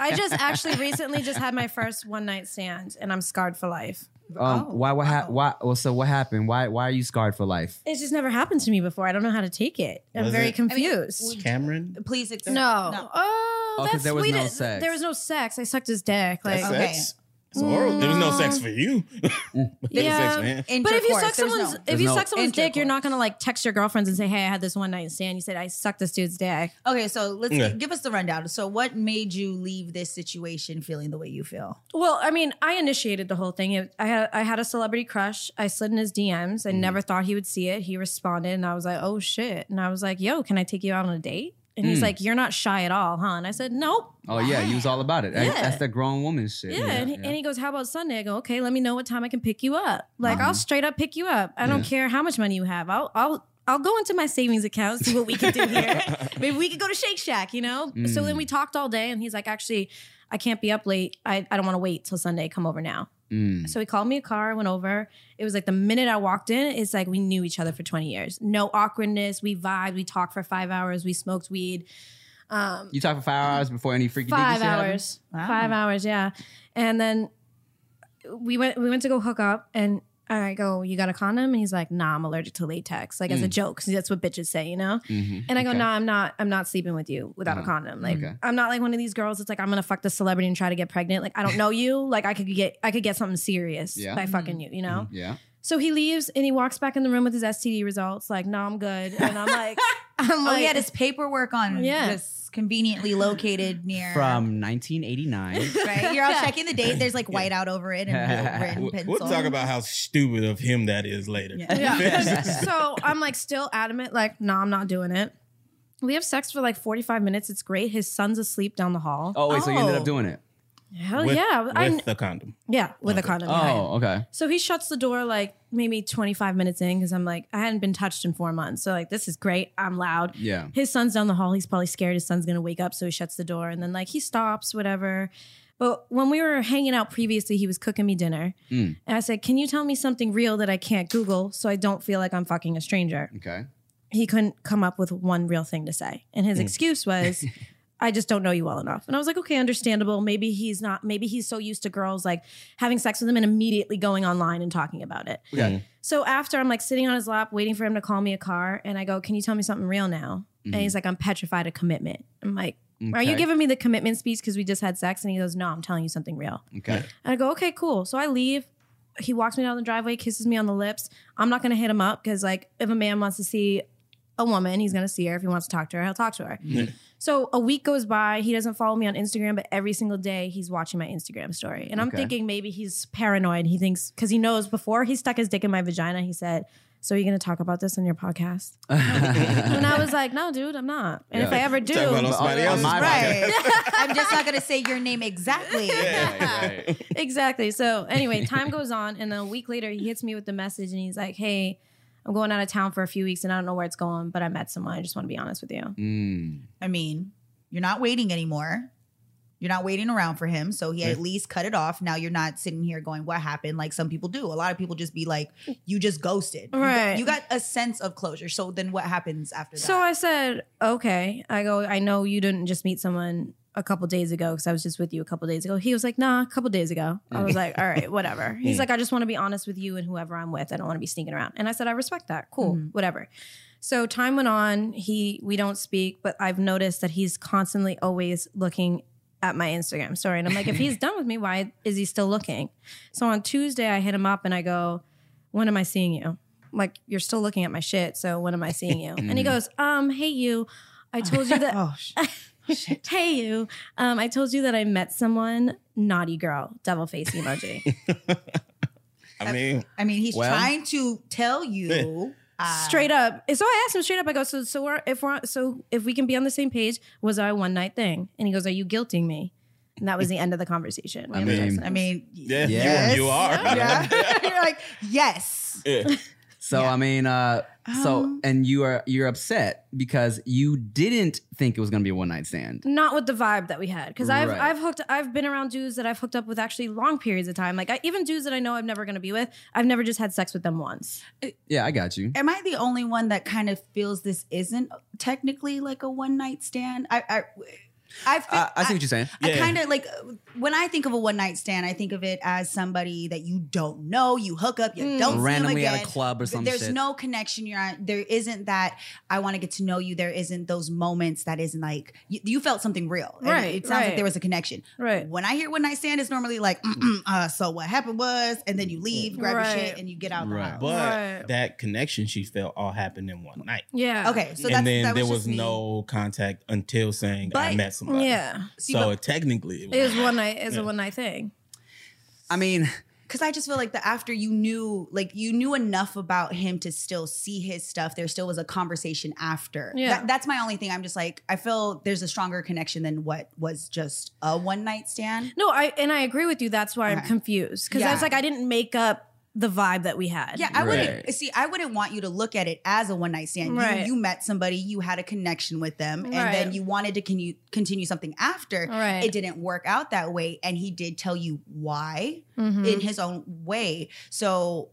D: I just actually recently just had my first one night stand, and I'm scarred for life.
A: Um,
C: Oh,
A: why? What? hap
C: wow.
A: why? Well, so what happened? Why? Why are you scarred for life?
D: It's just never happened to me before. I don't know how to take it. I'm
B: Was
D: very
B: it-
C: I mean,
D: confused.
C: would-
B: Cameron.
C: Please explain.
D: no.
C: No.
D: Oh,
A: Oh, 'cause
D: that's
A: there was
D: sweet.
A: no
D: It-
A: sex.
D: There was no sex. I sucked his dick. Like,
B: That's
C: Okay.
B: sex. It's oral. There was no sex for you. There was sex,
D: Yeah.
B: man.
D: but if you
C: Intercourse, there's
D: suck someone's
C: no-
D: if
A: There's
D: you
A: no-
D: suck someone's dick, you're not
C: Intercourse.
D: gonna like text your girlfriends and say, "Hey, I had this one night stand." You said, "I sucked this dude's dick."
C: Okay, so let's
B: Yeah.
C: give us the rundown. So, what made you leave this situation feeling the way you feel?
D: Well, I mean, I initiated the whole thing. It- I had I had a celebrity crush. I slid in his DMs.
A: Mm-hmm.
D: I never thought he would see it. He responded, and I was like, "Oh shit!" And I was like, "Yo, can I take you out on a date?" And he's
A: Mm.
D: like, "You're not shy at all, huh?" And I said, "Nope."
A: Oh yeah, you was all about it. That-
D: Yeah.
A: That's the grown woman shit.
D: Yeah. and, he, and he goes, "How about Sunday?" I go, "Okay, let me know what time I can pick you up. Like, I'll straight up pick you up. I don't
A: Uh-huh. Yeah.
D: care how much money you have. I'll I'll." I'll go into my savings account, see what we can do here. Maybe we could go to Shake Shack, you know? So then
A: Mm.
D: we talked all day, and he's like, actually, I can't be up late. I, I don't want to wait till Sunday. Come over now.
A: Mm.
D: So he called me a car, went over. It was like the minute I walked in, it's like we knew each other for 20 years. No awkwardness. We vibed. We talked for five hours. We smoked weed. Um,
A: You talk for five hours before any freaky deaky
D: five
A: shit happened?
D: hours.
C: Wow.
D: Five hours, yeah. And then we went we went to go hook up and I go, You got a condom? And he's like, nah, I'm allergic to latex. Like as a
A: Mm.
D: joke. 'cause that's what bitches say, you know?
A: Mhm.
D: And I go,
A: Okay.
D: no, I'm not. I'm not sleeping with you without a
A: Uh-huh.
D: condom. Like,
A: Okay.
D: I'm not like one of these girls. It's like I'm gonna fuck the celebrity and try to get pregnant. Like, I don't know you. Like, I could get, I could get something serious
A: Yeah. Mm-hmm.
D: by fucking you. You know.
A: Yeah.
D: So he leaves and he walks back in the room with his STD results. Like, no, I'm good. And I'm like, I'm
C: Oh,
D: like,
C: he had his paperwork on.
D: Yeah.
C: just conveniently located near.
A: From 1989.
C: right, you're all checking the date. There's like whiteout over it and written
B: We'll,
C: pencil.
B: we'll talk about how stupid of him that is later.
C: Yeah.
D: Yeah.
A: Yes.
D: so I'm like still adamant, like, no, I'm not doing it. We have sex for like 45 minutes. It's great. His son's asleep down the hall.
A: Oh wait, so you ended
C: Oh.
A: up doing it.
D: Hell
B: With-
D: yeah.
B: With
D: I,
B: the condom.
D: yeah, with a
B: Okay.
D: condom. yeah.
A: Oh, okay.
D: So he shuts the door like maybe 25 minutes in because I'm like, I hadn't been touched in four months. So, like, this is great. I'm loud.
A: Yeah.
D: His son's down the hall. He's probably scared his son's going to wake up. So he shuts the door and then, like, he stops, whatever. But when we were hanging out previously, he was cooking me dinner.
A: Mm.
D: And I said, Can you tell me something real that I can't Google so I don't feel like I'm fucking a stranger?
A: Okay.
D: He couldn't come up with one real thing to say. And his excuse was, I just don't know you well enough. And I was like, okay, understandable. Maybe he's not, maybe he's so used to girls like having sex with him and immediately going online and talking about it.
B: Hmm. Mm.
A: Okay.
D: So after I'm like sitting on his lap waiting for him to call me a car and I go, Can you tell me something real now? And he's like, I'm petrified of commitment. I'm like, Are you
A: Hmm. Mm-hmm. Okay.
D: giving me the commitment speech because we just had sex? And he goes, No, I'm telling you something real.
A: Okay.
D: And I go, Okay, cool. So I leave. He walks me down the driveway, kisses me on the lips. I'm not gonna hit him up because like if a man wants to see a woman, he's gonna see her. If he wants to talk to her, he'll talk to her. So a week goes by. He doesn't follow me on Instagram, but every single day he's watching my Instagram story. And I'm
A: Okay.
D: thinking maybe he's paranoid. He thinks because he knows before he stuck his dick in my vagina, he said, "So are you going to talk about this on your podcast?" and I was like, "No, dude, I'm not. And if
A: Yeah.
D: I ever do,
B: Talk about on somebody
A: on
B: else's
A: my
B: podcast.
C: Right. I'm just not gonna say your name exactly.
A: Right, right.
D: exactly." So anyway, time goes on, and then a week later, he hits me with the message, and he's like, "Hey." I'm going out of town for a few weeks and I don't know where it's going, but I met someone. I just want to be honest with you.
A: Mm.
C: I mean, you're not waiting anymore. You're not waiting around for him. So he
B: Yeah.
C: at least cut it off. Now you're not sitting here going, what happened? Like some people do. A lot of people just be like, you just ghosted. You got-
D: Right.
C: You got, a sense of closure. So then what happens after that?
D: So I said, okay. I go, I know you didn't just meet someone a couple days ago because I was just with you a couple days ago. He was like, nah, a couple days ago. I was like, all right, whatever. He's like, I just want to be honest with you and whoever I'm with. I don't want to be sneaking around. And I said, I respect that. Cool,
C: Mhm.
D: whatever. So time went on. He, we don't speak, but I've noticed that he's constantly always looking at my Instagram story. And I'm like, if he's done with me, why is he still looking? So on Tuesday, I hit him up and I go, when am I seeing you? Like, you're still looking at my shit. So when am I seeing you? and he goes, um, hey, you. I told you that.
C: oh, sh- shit.
D: Hey, you. Um, I told you that I met someone. Naughty girl. Devil face emoji.
B: I mean,
C: I mean, he's
A: Well-
C: trying to tell you Ah.
D: straight up. And so I asked him straight up. I go, so so we're, if we're so if we can be on the same page, was our one night thing? And he goes, are you guilting me? And that was the end of the conversation.
A: I mean-
C: I mean,
B: Yeah,
A: you-
C: yes.
B: you are.
C: Yeah. You're like, yes.
B: Yeah.
A: So I mean, uh, so
C: Um,
A: and you are you're upset because you didn't think it was gonna be a one night stand.
D: not with the vibe that we had because I've
A: Right.
D: I've hooked I've been around dudes that I've hooked up with actually long periods of time. Like I, even dudes that I know I'm never gonna be with. I've never just had sex with them once.
A: Yeah, I got you.
C: Am I the only one that kind of feels this isn't technically like a one night stand? I, I, I, feel,
A: I, I see what you're saying.
C: I
B: Yeah.
C: kind of like uh, when I think of a one night stand, I think of it as somebody that you don't know, you hook up, you
D: Mm.
C: don't see
A: Hmm. Randomly
C: them again.
A: at a club or
C: Th-
A: something.
C: There's no connection. You're on, there isn't that I want to get to know you. There isn't those moments that isn't like you, you felt something real. And
D: Right,
C: It sounds
D: right.
C: like there was a connection.
B: Eh.
D: Right.
C: When I hear one night stand, it's normally like, uh, so what happened was, and then you leave, grab
D: Right.
C: your shit, and you get out.
A: Right.
C: The house.
B: But
D: Right.
B: that connection she felt all happened in one night.
D: Yeah.
C: okay, so that's,
B: and then
C: that
B: there
C: was
B: was
C: just me.
B: no contact until saying I
C: But-
B: met somebody.
D: Yeah.
C: See,
B: so
C: but-
B: technically, it
D: It
B: was,
D: was one night. It's
B: Yeah.
D: a one night thing.
A: I mean,
C: Cause I just feel like the after you knew, like you knew enough about him to still see his stuff. There still was a conversation after.
D: Yeah.
C: That- that's my only thing. I'm just like, I feel there's a stronger connection than what was just a one night stand.
D: No, I and I agree with you. That's why I'm
C: Okay.
D: confused because I was
C: Yeah.
D: like I didn't make up the vibe that we had.
C: Yeah, I
A: Right.
C: wouldn't see. I wouldn't want you to look at it as a one night stand. You-
D: Right.
C: You, met somebody, you had a connection with them, and
D: Right.
C: then you wanted to con- continue something after.
D: Right.
C: It didn't work out that way, and he did tell you why.
D: Mhm.
C: in his own way. So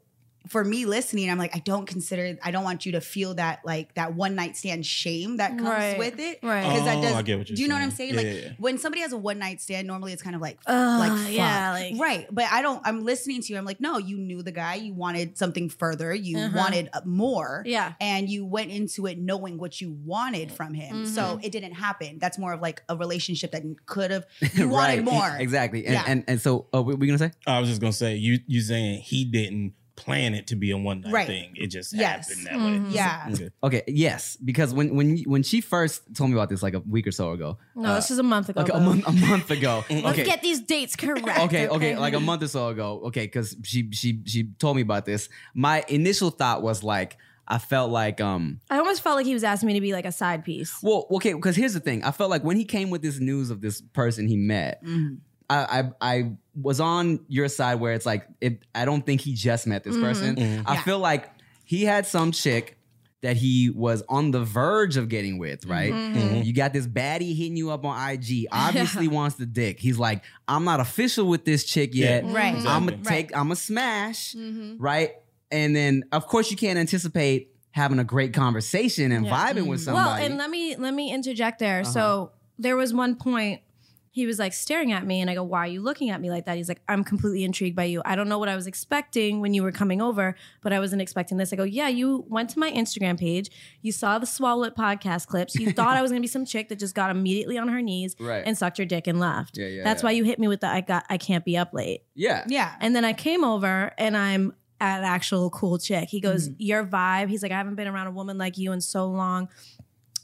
C: for me listening, I'm like, I don't consider, I don't want you to feel that like that one night stand shame that comes
D: Right.
C: with it.
D: Right.
C: Because
B: Oh,
C: that does,
B: I get what you're
C: do you know what I'm
B: saying.
C: saying?
B: Yeah,
C: like
B: yeah, yeah.
C: when somebody has a one night stand, normally it's kind of like,
D: Ugh,
C: like fuck.
D: yeah, like
C: right. But I don't, I'm listening to you. I'm like, no, you knew the guy, you wanted something further, you
D: Uh-huh.
C: wanted uh, more.
D: Yeah.
C: And you went into it knowing what you wanted from him.
B: Mm-hmm.
C: So it didn't happen. That's more of like a relationship that could have, you wanted
A: right,
C: more.
A: exactly. And
C: Yeah.
A: and, and so, uh, what were you gonna say?
B: I was just gonna say you you saying he didn't plan it to be a one night
C: Right.
B: thing. It just
C: Yes. Mm-hmm.
B: happened that way.
D: Mhm.
C: Yeah.
B: Okay.
A: Okay, yes, because when when when she first told me about this like a week or so ago,
D: No,
A: Uh,
D: this is a month ago.
A: like a
D: bro.
A: month a month ago.
D: Let's
A: okay.
D: get these dates correct.
A: Okay, okay, like a month or so ago. Okay, because she she she told me about this. My initial thought was like, I felt like um,
D: I almost felt like he was asking me to be like a side piece.
A: well, okay, because here's the thing. I felt like when he came with this news of this person he met,
C: Mhm.
A: I I, I was on your side where it's like, it, I don't think he just met this person.
B: Mhm.
A: I
C: Yeah.
A: feel like he had some chick. That he was on the verge of getting with, right?
D: Mm-hmm.
C: Mm-hmm.
B: Mhm.
A: You got this baddie hitting you up on IG, obviously wants the dick. He's like, I'm not official with this chick
B: Yeah.
A: yet.
C: Right.
D: Mhm.
A: I'm gonna
B: Exactly.
A: take, I'm gonna smash,
D: Mhm.
A: right? And then, of course, you can't anticipate having a great conversation and
D: Yeah.
A: vibing
B: Mm-hmm.
A: with somebody.
D: Well, and let me let me interject there.
A: Uh-huh.
D: So there was one point he was like staring at me, and I go, "Why are you looking at me like that?" He's like, "I'm completely intrigued by you. I don't know what I was expecting when you were coming over, but I wasn't expecting this." I go, "Yeah, you went to my Instagram page. You saw the Swallow It podcast clips. You thought I was gonna be some chick that just got immediately on her knees
A: Right.
D: and sucked your dick and left.
A: Yeah, yeah,
D: That's
A: yeah.
D: why you hit me with the I got I can't be up late."
A: yeah,
C: Yeah.
D: And then I came over and I'm an actual cool chick. He goes,
A: Mm-hmm.
D: Your vibe. He's like, I haven't been around a woman like you in so long.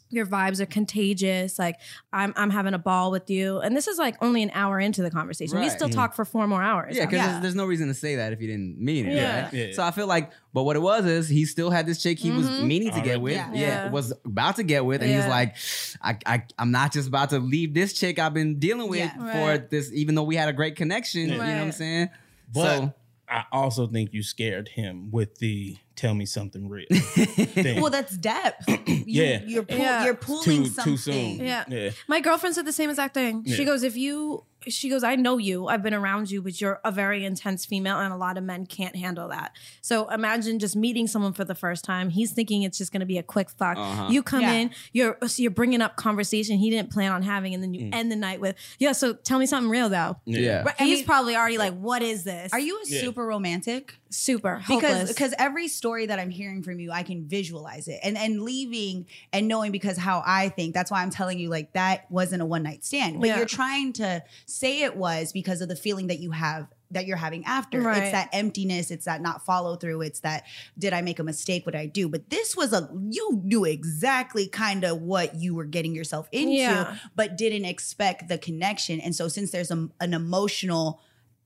D: Your vibes are contagious. Like I'm, I'm having a ball with you, and this is like only an hour into the conversation. We
A: Right.
D: still
B: Mhm.
D: talk for four more hours.
A: yeah, because
C: Yeah.
A: there's, there's no reason to say that if you didn't mean it.
D: Yeah.
A: right?
B: Yeah, yeah.
A: So I feel like, but what it was is he still had this chick he was
D: Mhm.
A: meaning to get
B: Already.
A: with,
C: Yeah.
A: yeah.
D: Yeah.
A: was about to get with, and
D: Yeah.
A: he was like, I, I, I'm not just about to leave this chick I've been dealing with
C: Yeah.
A: for
D: Right.
A: this, even though we had a great connection. You know what I'm
D: Right.
A: saying?
B: But
A: so
B: I also think you scared him with the tell me something real thing.
C: Well, that's depth. You,
B: Yeah.
C: you're pull,
D: Yeah.
C: you're pulling
B: too
C: something.
B: too soon.
D: Yeah.
B: yeah.
D: My girlfriend said the same exact thing. She
B: Yeah.
D: goes, If you, she goes, I know you, I've been around you, but you're a very intense female, and a lot of men can't handle that. So imagine just meeting someone for the first time. He's thinking it's just going to be a quick fuck.
A: Uh-huh.
D: You come
C: Yeah.
D: in, you're uh, so you're bringing up conversation he didn't plan on having, and then you end the night with, Yeah, so tell me something real though.
A: yeah,
C: Right, I
D: He's
C: mean,
D: probably already like, What is this?
C: are you a
B: Yeah.
C: super romantic?
D: super
C: Because
D: hopeless?
C: because every story that I'm hearing from you, I can visualize it, and and leaving and knowing because how I think. That's why I'm telling you like that wasn't a one night stand, but
D: Yeah.
C: you're trying to say it was because of the feeling that you have that you're having after.
D: Right.
C: It's that emptiness. It's that not follow through. It's that did I make a mistake? What did I do? But this was a you knew exactly kind of what you were getting yourself into.
D: Yeah.
C: but didn't expect the connection. And so, since there's a, an emotional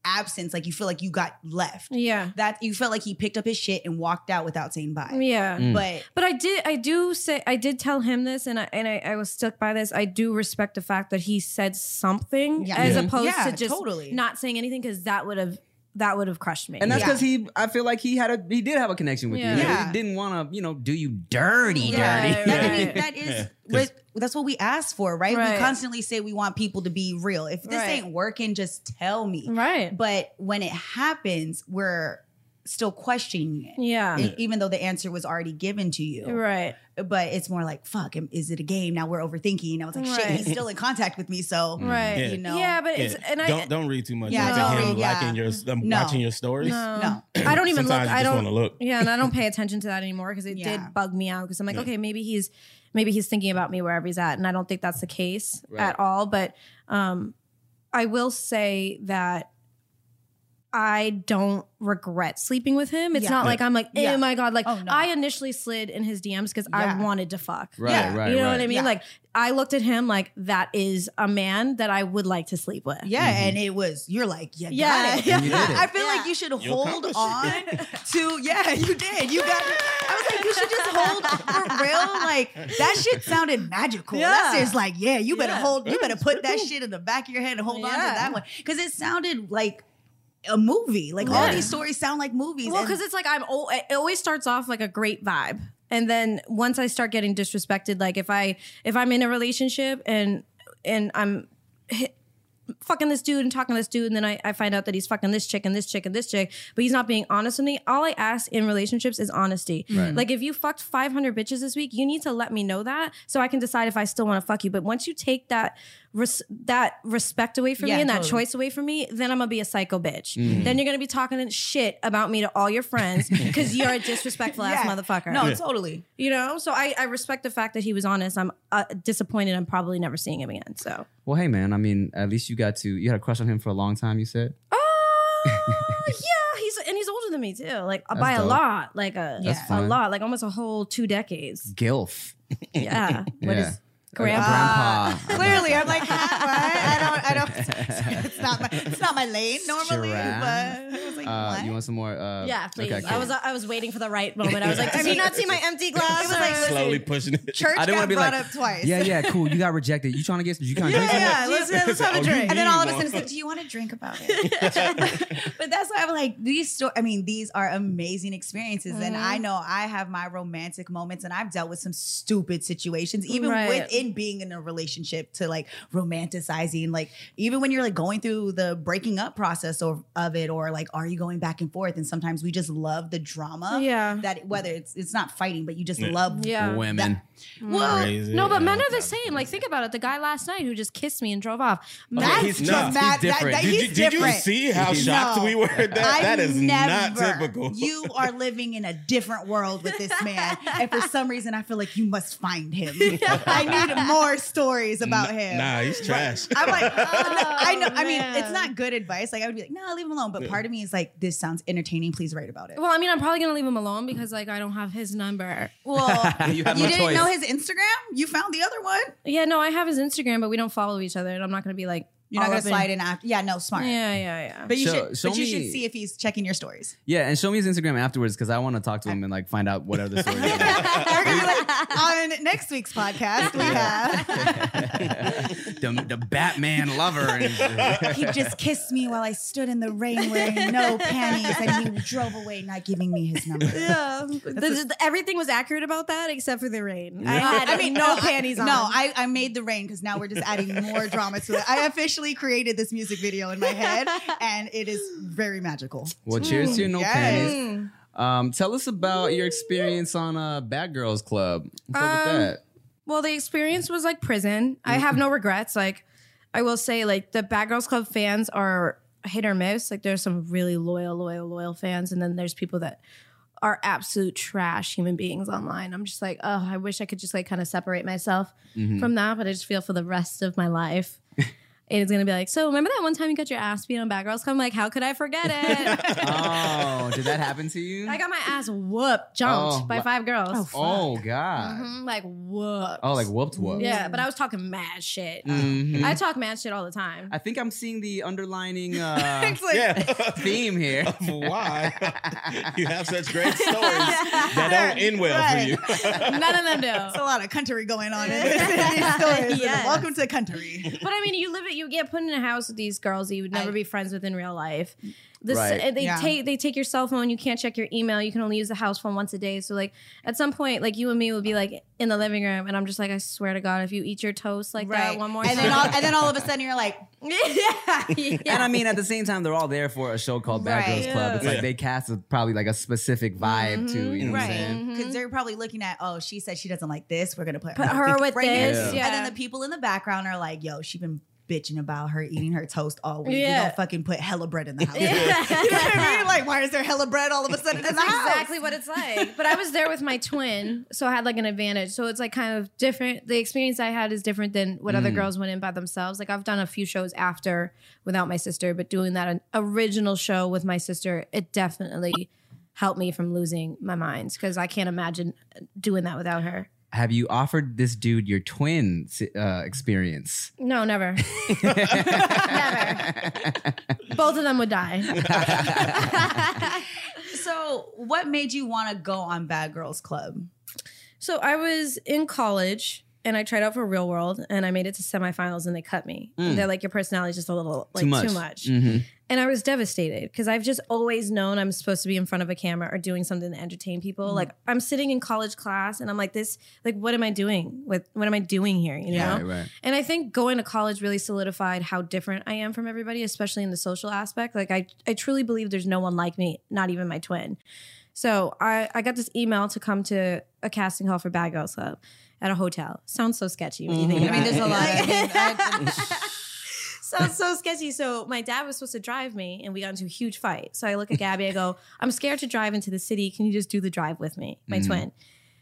C: absence, like you feel like you got left.
D: Yeah.
C: That you felt like he picked up his shit and walked out without saying bye.
D: Yeah.
A: Mm.
C: But
D: But I did I do say I did tell him this and I and I, I was stuck by this. I do respect the fact that he said something
C: Yeah.
D: as
B: Yeah.
D: opposed
C: yeah,
D: to just
C: totally
D: not saying anything because that would have that would have crushed me.
A: And that's
C: Yeah.
A: because he, I feel like he had a, he did have a connection with
D: Yeah.
A: you.
C: Yeah.
A: He didn't want to, you know, do you dirty,
D: Yeah.
A: dirty.
C: That, I
D: Right.
C: mean, that is
B: Yeah, 'cause-
C: what, that's what we ask for, right? We
D: Right.
C: constantly say we want people to be real. If this
D: Right.
C: ain't working, just tell me.
D: right.
C: But when it happens, we're still questioning it.
D: yeah.
C: E- Even though the answer was already given to you,
D: Right.
C: but it's more like fuck. am- Is it a game? Now we're overthinking. I was like, shit,
D: Right.
C: he's still in contact with me,
A: Mm.
C: so
D: Right.
B: Yeah.
C: you know,
D: Yeah, but it's
B: Yeah,
D: and I
B: don't don't read too much
C: Yeah,
B: into
D: don't
B: him
C: read, yeah.
B: liking your um,
C: No.
B: watching your stories.
D: no.
C: no,
D: I don't even
B: Sometimes
D: look.
B: You
D: I
B: just
D: don't
B: want to look.
D: Yeah, and I don't pay attention to that anymore because it
C: Yeah.
D: did bug me out because I'm like,
B: Yeah.
D: okay, maybe he's maybe he's thinking about me wherever he's at, and I don't think that's the case
A: Right.
D: at all. But um, I will say that I don't regret sleeping with him. It's
C: Yeah.
D: not
B: Yeah.
D: like I'm like, oh
C: Yeah.
D: my god, like
C: Oh, no.
D: I initially slid in his DMs because
C: Yeah.
D: I wanted to fuck.
A: Right,
C: Yeah.
A: right,
D: you know
A: right.
D: what I mean?
C: Yeah.
D: Like I looked at him like that is a man that I would like to sleep with.
C: yeah,
B: Mhm.
C: and it was. You're like, yeah,
D: Yeah,
C: got it.
D: yeah.
A: Mm-hmm. You did it.
C: I feel
D: Yeah.
C: like you should hold
B: accomplished
C: on to yeah, you did. You got it. I was like, you should just hold for real. Like that shit sounded magical.
D: Yeah.
C: That's just like, yeah, you better
D: Yeah.
C: hold, you
B: Yeah,
C: better
B: it's
C: put
B: pretty
C: that
B: cool.
C: shit in the back of your head and hold on to
D: Yeah.
C: that one. Cause it sounded like a movie. Like all
D: Yeah.
C: these stories sound like movies.
D: Well,
C: and-
D: because it's like I'm. al- It always starts off like a great vibe, and then once I start getting disrespected, like if I if I'm in a relationship and and I'm hi- fucking this dude and talking to this dude, and then I, I find out that he's fucking this chick and this chick and this chick, but he's not being honest with me. All I ask in relationships is honesty.
C: Mm.
A: Right.
D: Like if you fucked 500 bitches this week, you need to let me know that so I can decide if I still want to fuck you. But once you take that res- that respect away from
C: Yeah,
D: me and that
C: totally. Mm.
D: choice away from me, then I'm gonna be a psycho bitch. Then you're gonna be talking shit about me to all your friends because you're a disrespectful ass
C: Yeah.
D: motherfucker.
C: No, totally.
D: you know. So I, I respect the fact that he was honest. I'm uh, disappointed. I'm probably never seeing him again. So.
A: Well, hey, man. I mean, at least you got to, you had a crush on him for a long time. You said
D: Uh, yeah, he's and he's older than me too, like uh, by a
A: dope.
D: lot, like uh, a
C: That's
D: a
A: fine.
D: lot, like almost a whole two decades.
A: gilf.
D: Yeah, what
A: Yeah.
D: is grandpa?
A: grandpa.
C: Uh, Clearly, I'm like, huh, what? I don't, I don't. It's not my, it's not my lane normally.
A: Giraffe.
C: But I was like,
A: Uh,
C: what?
A: you want some more? Uh,
D: Yeah, please.
A: okay,
D: I
A: cool.
D: was I was waiting for the right moment. I was like,
C: I
D: did you
C: mean-
D: not see my empty glass?
C: It was like,
D: Or-
B: Slowly pushing it.
C: Church
A: I
C: got
A: didn't wanna be
C: brought
A: like,
C: up twice.
A: Yeah, yeah, cool. You got rejected. You trying to get? You trying to
C: Yeah,
A: drink some?
C: yeah, let's, let's
B: Oh,
C: have a
B: you
C: drink. And then all of a
B: really
C: sudden it's like,
B: want-
C: do you want to drink about it? but that's why I'm like, these stories, I mean, these are amazing experiences. And
D: Mhm.
C: I know I have my romantic moments and I've dealt with some stupid situations, even
D: Right.
C: within being in a relationship to like romanticizing, like even when you're like going through the breaking up process or, of it, or like, are you going back and forth? And sometimes we just love the drama
D: yeah,
C: that whether it's, it's not fighting, but you just
B: Yeah.
C: love
D: yeah.
A: Women.
D: Well,
B: Crazy.
D: no, but men are the
B: Yeah.
D: same. Like, think about it. The guy last night who just kissed me and drove off. Men-
C: That's
B: he's not.
C: dramatic.
A: He's
C: That-
A: different.
C: that-
B: Did,
C: he's
B: you, did you
C: different.
B: see how shocked
C: No.
B: we were? That,
C: I've
B: that is not
C: never-
B: typical.
C: You are living in a different world with this man. and for some reason, I feel like you must find him. I need more stories about him.
B: Nah, he's trash.
C: I'm like, uh,
D: Oh,
C: I know. I mean,
D: man.
C: it's not good advice. Like, I would be like, no, leave him alone. But part of me is like, this sounds entertaining. Please write about it.
D: well, I mean, I'm probably gonna leave him alone because like I don't have his number.
C: Well,
A: You had
C: you
A: no
C: didn't
A: choice.
C: know his Instagram? You found the other one.
D: Yeah, no, I have his Instagram, but we don't follow each other, and I'm not gonna be like
C: You're not
D: all
C: gonna
D: up in-
C: slide in after. Yeah, no, smart.
D: Yeah, yeah, yeah.
C: But you
A: Show-
C: should.
A: show
C: but you
A: me-
C: should see if he's checking your stories.
A: Yeah, and show me his Instagram afterwards because I want to talk to him and like find out what other stories.
C: We're gonna be like, on next week's podcast, we have.
A: the, the Batman lover. And,
C: He just kissed me while I stood in the rain wearing no panties, and he drove away not giving me his number.
D: yeah, The- the- everything was accurate about that except for the rain. I had
C: no,
D: no panties
C: I,
D: on.
C: No, I, I made the rain because now we're just adding more drama to it. I officially created this music video in my head, and it is very magical.
A: well, cheers to your no
C: Yes.
A: panties.
D: Mm.
A: Um, tell us about your experience on uh, Bad Girls Club. What's up with
D: Um,
A: that?
D: Well, the experience was like prison.
A: Mm-hmm.
D: I have no regrets. Like, I will say, like, the Bad Girls Club fans are hit or miss. Like, there's some really loyal, loyal, loyal fans. And then there's people that are absolute trash human beings online. I'm just like, oh,
A: Mm-hmm.
D: I wish I could just like kind of separate myself from that, but I just feel for the rest of my life. and it's gonna be like, so remember that one time you got your ass beat on Batgirls? I'm like, how could I forget it?
A: Oh, did that happen to you?
D: I got my ass whooped, jumped
A: Oh,
D: by
A: wha-
D: five girls.
A: oh god.
D: Mhm, like whooped.
A: Oh, like whooped whooped.
D: yeah, but I was talking mad shit.
A: Mhm.
D: I talk mad shit all the time.
A: I think I'm seeing the underlining uh,
D: It's like-
B: yeah.
A: theme here.
B: Of why you have such great stories that don't end well for you.
D: None of them do.
C: It's a lot of country going on in this.
D: Yes.
C: Welcome to country.
D: But I mean, you live it. You get put in a house with these girls that you would never
C: I-
D: be friends with in real life. This
A: Right.
D: and they
C: Yeah.
D: take they take your cell phone. You can't check your email. You can only use the house phone once a day. So like at some point, like you and me would be like in the living room, and I'm just like, I swear to God, if you eat your toast like that one more
C: and
D: time,
C: then all, and then all of a sudden you're like,
D: yeah, yeah.
A: And I mean, at the same time, they're all there for a show called Bad
C: Right.
A: Girls Club. It's like
B: Yeah.
A: they cast a, probably like a specific vibe to, you know what I'm
C: Right.
A: saying?
D: Mhm.
C: because they're probably looking at, oh, she said she doesn't like this. We're gonna Mm-hmm. put,
D: Put her with
C: right here.
D: this.
A: Yeah.
D: Yeah.
C: And then the people in the background are like, yo, she been bitching about her eating her toast all week.
D: Yeah.
C: We gonna fucking put hella bread in the house.
D: Yeah.
C: You know what I mean? Like, why is there hella bread all of a sudden in the
D: That's
C: house?
D: exactly what it's like. But I was there with my twin, so I had like an advantage. So it's like kind of different. The experience I had is different than what other
A: Mm.
D: girls went in by themselves. Like I've done a few shows after without my sister, but doing that original show with my sister, it definitely helped me from losing my mind because I can't imagine doing that without her.
A: Have you offered this dude your twin uh, experience?
D: No, never.
A: Never.
D: Both of them would die.
C: So, what made you want to go on Bad Girls Club?
D: So I was in college and I tried out for Real World and I made it to semifinals and they cut me.
A: Mm.
D: They're like, your personality is just a little like
A: too much. Mhm.
D: And I was devastated because I've just always known I'm supposed to be in front of a camera or doing something to entertain people.
C: Mm.
D: Like I'm sitting in college class and I'm like, this, like, what am I doing with, what am I doing here? You know?
A: Right, right.
D: And I think going to college really solidified how different I am from everybody, especially in the social aspect. Like I, I truly believe there's no one like me, not even my twin. So I, I got this email to come to a casting call for Bad Girls Club at a hotel. Sounds so sketchy when you think
A: Mhm. I
D: about
A: mean, there's
D: it.
A: a lot
C: of-
D: Sounds so sketchy. So my dad was supposed to drive me, and we got into a huge fight. So I look at Gabby. I go, "I'm scared to drive into the city. Can you just do the drive with me, my
A: Mhm.
D: twin?"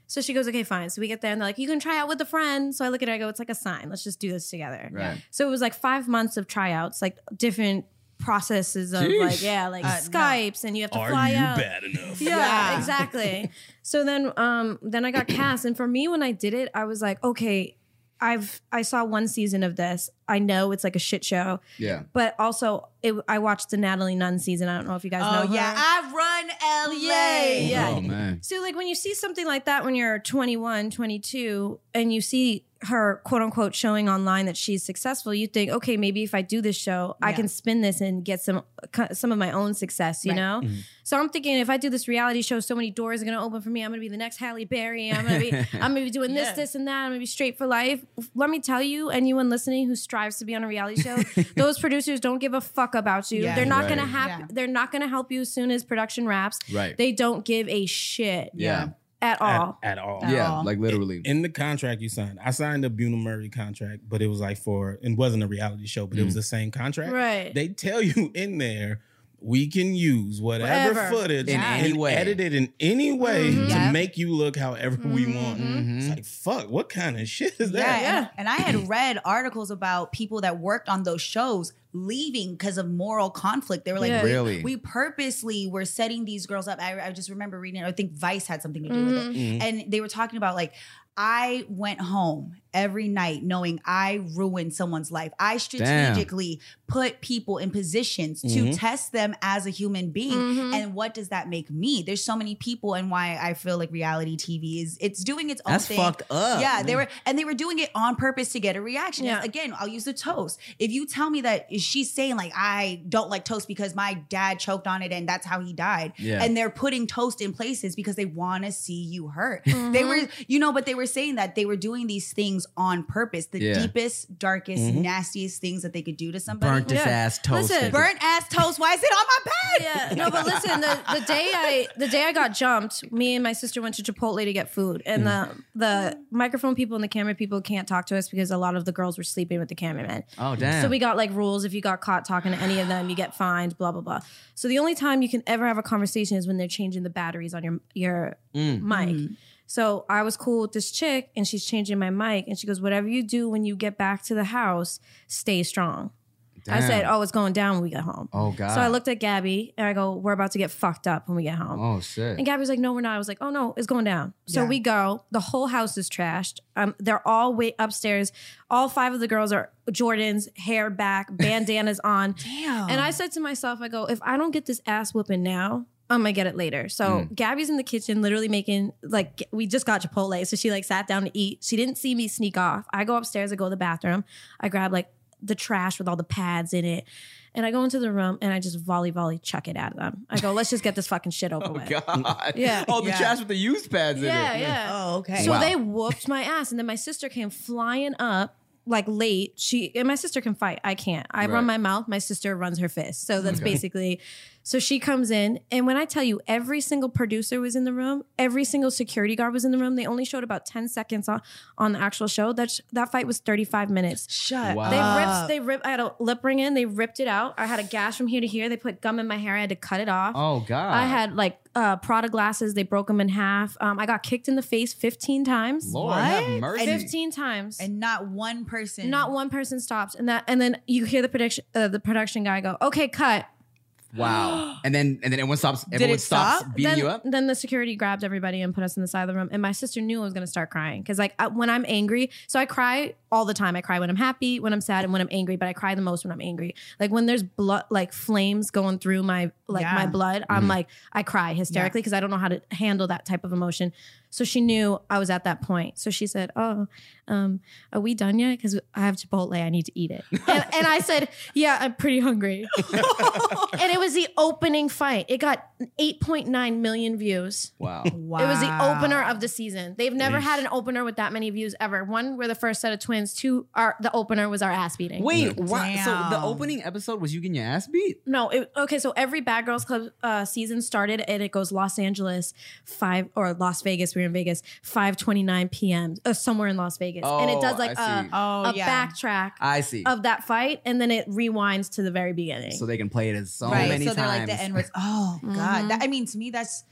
D: So she goes, "Okay, fine." So we get there, and they're like, "You can try out with a friend." So I look at her. I go, "It's like a sign. Let's just do this together."
A: Right.
D: So it was like five months of tryouts, like different processes of
A: Jeez.
D: like yeah, like
C: Uh, no.
D: Skypes, and you have to
B: Are
D: fly
B: you
D: out.
B: bad enough?
D: Yeah,
C: Yeah.
D: exactly. so then um then I got cast and for me when I did it, I was like, okay, I've I saw one season of this. I know it's like a shit show,
A: Yeah.
D: but also it, I watched the Natalie Nunn season. I don't know if you guys
C: oh
D: know
C: yeah,
D: her.
C: I run LA.
D: Yay. Yeah.
A: Oh, man.
D: So like when you see something like that when you're 21, 22 and you see her quote unquote showing online that she's successful, you think, okay, maybe if I do this show, I
C: Yeah.
D: can spin this and get some some of my own success, you
C: Right.
D: know?
B: Mhm.
D: So I'm thinking if I do this reality show, so many doors are going to open for me. I'm going to be the next Halle Berry. I'm going to be I'm going to be doing
C: Yeah.
D: this, this and that. I'm going to be straight for life. Let me tell you, anyone listening who strives to be on a reality show, those producers don't give a fuck about you.
C: Yeah.
D: They're not
A: Right.
D: going to have
C: Yeah.
D: they're not going to help you as soon as production wraps.
A: Right.
D: They don't give a shit
A: yeah.
D: at all.
B: At, at all.
C: Yeah.
A: Yeah.
C: all.
A: Like literally.
B: In the contract you signed, I signed a Buna Murray contract, but it was like for it wasn't a reality show, but it was
A: Mm.
B: the same contract.
D: Right.
B: They tell you in there we can use whatever,
D: Whatever.
B: footage
A: In
B: and
A: any way.
B: edit it in any way
D: Mhm.
B: to
C: Yeah.
B: make you look however we want.
A: Mhm.
D: Mm-hmm.
B: It's like fuck, what kind of shit is
C: Yeah,
B: that?
C: And, and I had read articles about people that worked on those shows leaving because of moral conflict. They were like,
D: Yeah.
C: we,
A: Really?
C: we purposely were setting these girls up. I, I just remember reading it. I think Vice had something to do with it.
D: Mhm.
B: Mhm.
C: and they were talking about like I went home every night knowing I ruined someone's life. I strategically put people in positions to
B: Mhm.
C: test them as a human being.
A: Mm-hmm.
D: Mhm.
C: And what does that make me? There's so many people and why I feel like reality TV is it's doing its own
A: That's
C: thing.
A: fucked up.
C: Yeah, they were and they were doing it on purpose to get a reaction.
D: Yeah.
C: Again, I'll use the toast. If you tell me that she's saying like I don't like toast because my dad choked on it and that's how he died.
A: Yeah.
C: And they're putting toast in places because they want to see you hurt. They
A: Mm-hmm.
C: were, you know, but they were saying that they were doing these things on purpose. The
A: Yeah. Mm-hmm.
C: deepest, darkest,
B: Mhm.
C: nastiest things that they could do to somebody.
A: burnt his
D: Yeah.
A: ass toast.
D: Listen,
C: Burnt ass toast. Why is it on my bed?
D: Yeah. No, but listen, the, the day I the day I got jumped, me and my sister went to Chipotle to get food. And the the microphone people and the camera people can't talk to us because a lot of the girls were sleeping with the cameraman.
A: oh damn.
D: So we got like rules. If you got caught talking to any of them, you get fined, blah, blah, blah. So the only time you can ever have a conversation is when they're changing the batteries on your your
A: Mm.
D: mic. So I was cool with this chick and she's changing my mic and she goes, Whatever you do when you get back to the house, stay strong. I said,
A: Damn.
D: Oh, it's going down when we get home.
A: Oh God.
D: So I looked at Gabby and I go, We're about to get fucked up when we get home.
A: Oh shit.
D: And Gabby's like, no, we're not. I was like, oh no, it's going down. So
C: Yeah.
D: we go. The whole house is trashed. Um, they're all way upstairs. All five of the girls are Jordans, hair back, bandanas on.
C: Damn.
A: Um,
D: And I said to myself, I go, if I don't get this ass whooping now, I'm gonna get it later. So
A: Mm.
D: Gabby's in the kitchen, literally making like g- we just got Chipotle, so she like sat down to eat. She didn't see me sneak off. I go upstairs, I go to the bathroom, I grab like the trash with all the pads in it, and I go into the room and I just volley volley chuck it at them. I go, let's just get this fucking shit over
A: Oh
D: with.
A: God.
D: Yeah.
A: Oh, the
C: Yeah.
A: trash with the used pads
D: Yeah,
A: in it.
D: yeah.
C: Oh, okay.
D: So
A: Wow.
D: they whooped my ass, and then my sister came flying up like late. She and my sister can fight. I can't. I
A: Right.
D: run my mouth. My sister runs her fist. So that's
A: Okay.
D: basically. So she comes in, and when I tell you, every single producer was in the room, every single security guard was in the room. They only showed about ten seconds on, on the actual show. That sh- that fight was thirty five minutes.
C: shut
A: Wow.
D: They
C: up.
D: ripped. They ripped. I had a lip ring in. They ripped it out. I had a gash from here to here. They put gum in my hair. I had to cut it off.
A: Oh God.
D: I had like uh, Prada glasses. They broke them in half. Um, I got kicked in the face 15 times.
A: Lord have
C: What?
A: mercy.
D: 15 times.
C: and not one person.
D: not one person stopped. And that, and then you hear the production, uh, the production guy go, "Okay, cut."
A: Wow. and then and then everyone stops.
C: Did
A: Everyone
C: it
A: stops
C: stop?
A: beating
D: then,
A: you up.
D: then the security grabbed everybody and put us in the side of the room. And my sister knew I was gonna start crying because, like, I, when I'm angry, so I cry all the time. I cry when I'm happy, when I'm sad, and when I'm angry. But I cry the most when I'm angry. Like when there's blood, like flames going through my like
C: Yeah.
D: my blood. I'm
A: Mhm.
D: like I cry hysterically because I don't know how to handle that type of emotion. So she knew I was at that point. So she said, "Oh, um, are we done yet? Because I have Chipotle. I need to eat it." and, and I said, "Yeah, I'm pretty hungry." and it was the opening fight. It got 8.9 million views.
A: Wow.
C: Wow.
D: It was the opener of the season. They've never
B: Jeez.
D: had an opener with that many views ever. One, we're the first set of twins. Two, our the opener was our ass beating.
A: Wait. Why, so the
C: Damn.
A: opening episode was you getting your ass beat?
D: No, it, okay. So every Bad Girls Club uh, season started, and it goes Los Angeles five or Las Vegas. We were in Vegas five twenty nine p.m. Uh, somewhere in Las Vegas, and
A: Oh,
D: it does like
A: I
D: a,
A: see.
C: Oh
D: a
C: yeah.
D: backtrack
A: I see.
D: of that fight, and then it rewinds to the very beginning.
A: so they can play it as so
C: right.
A: many
C: so they're
A: times.
C: like the N words. Oh God.
D: Mhm.
C: That, I mean, to me, that's.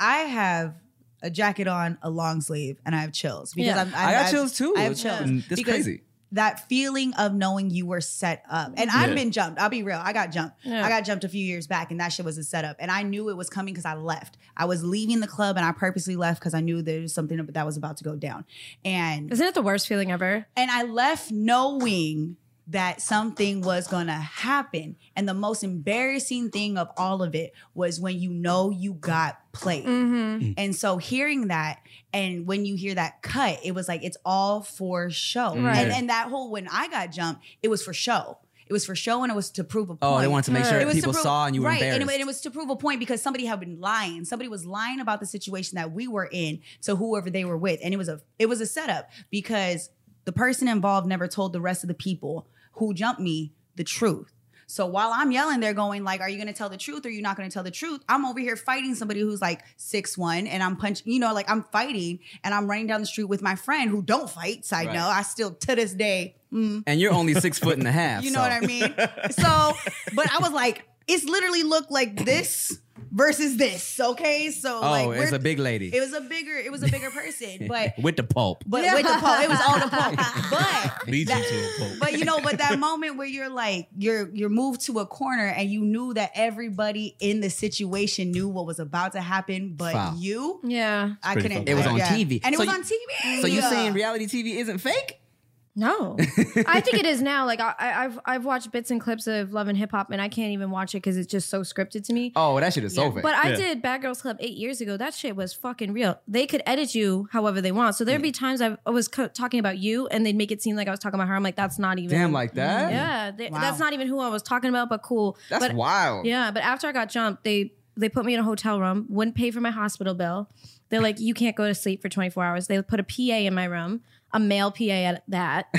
C: I have a jacket on, a long sleeve, and I have chills because
D: Yeah.
C: I'm. I'm
A: I got
C: I've-
A: chills too.
C: I have chills.
A: That's
C: Because-
A: crazy.
C: that feeling of knowing you were set up. And
A: Yeah.
C: I've been jumped. I'll be real. I got jumped.
D: Yeah.
C: I got jumped a few years back, and that shit was a setup. And I knew it was coming because I left. I was leaving the club, and I purposely left because I knew there was something that was about to go down. And
D: Isn't it the worst feeling ever?
C: and I left knowing that something was gonna happen. And the most embarrassing thing of all of it was when you know you got played.
D: Mm-hmm.
C: And so hearing that, and when you hear that cut, it was like it's all for show.
A: Right.
C: And and that whole when I got jumped, it was for show. It was for show, and it was to prove a point.
A: Oh, they wanted to make sure
D: Right.
C: It was to
A: people
C: prove-
A: saw and you were
C: right, and
A: embarrassed.
C: it, and it was to prove a point because somebody had been lying. Somebody was lying about the situation that we were in to whoever they were with, and it was a it was a setup because the person involved never told the rest of the people who jumped me the truth. So while I'm yelling, they're going like, "Are you going to tell the truth? Or are you not going to tell the truth?" I'm over here fighting somebody who's like six one, and I'm punching. You know, like I'm fighting, and I'm running down the street with my friend who don't fight. Side
A: Right.
C: note, I still to this day, mm,
A: and you're only six foot and a half.
C: you
A: so.
C: know what I mean? So, but I was like, it's literally looked like this versus this. Okay, so
A: Oh,
C: like
A: it's
C: we're-
A: a big lady
C: It was a bigger. It was a bigger person, but.
A: with the pulp.
C: But with the pole, it was all the pole. But
B: Lead you to a pole.
C: but you know, but that moment where you're like, you're you're moved to a corner, and you knew that everybody in the situation knew what was about to happen, but
A: Foul.
C: you,
D: Yeah.
C: I
B: pretty
C: couldn't.
B: fucked It was
C: I-
A: on TV.
C: and it
A: So
C: was
A: you-
C: on TV.
A: So you
C: Yeah.
A: saying reality TV isn't fake?
D: No, I think it is now. Like I, I- I've I've watched bits and clips of Love and Hip Hop, and I can't even watch it because it's just so scripted to me.
A: Oh, that shit is over.
D: But I
B: Yeah.
D: did Bad Girls Club eight years ago. That shit was fucking real. They could edit you however they want. So there'd be times I've- I was co- talking about you, and they'd make it seem like I was talking about her. I'm like, that's not even.
A: Damn, like that?
D: Yeah, they-
C: Wow.
D: that's not even who I was talking about. But cool.
A: That's
D: but,
A: wild.
D: Yeah, but after I got jumped, they they put me in a hotel room, wouldn't pay for my hospital bill. They're like, you can't go to sleep for 24 hours. They put a PA in my room, a male PA at that.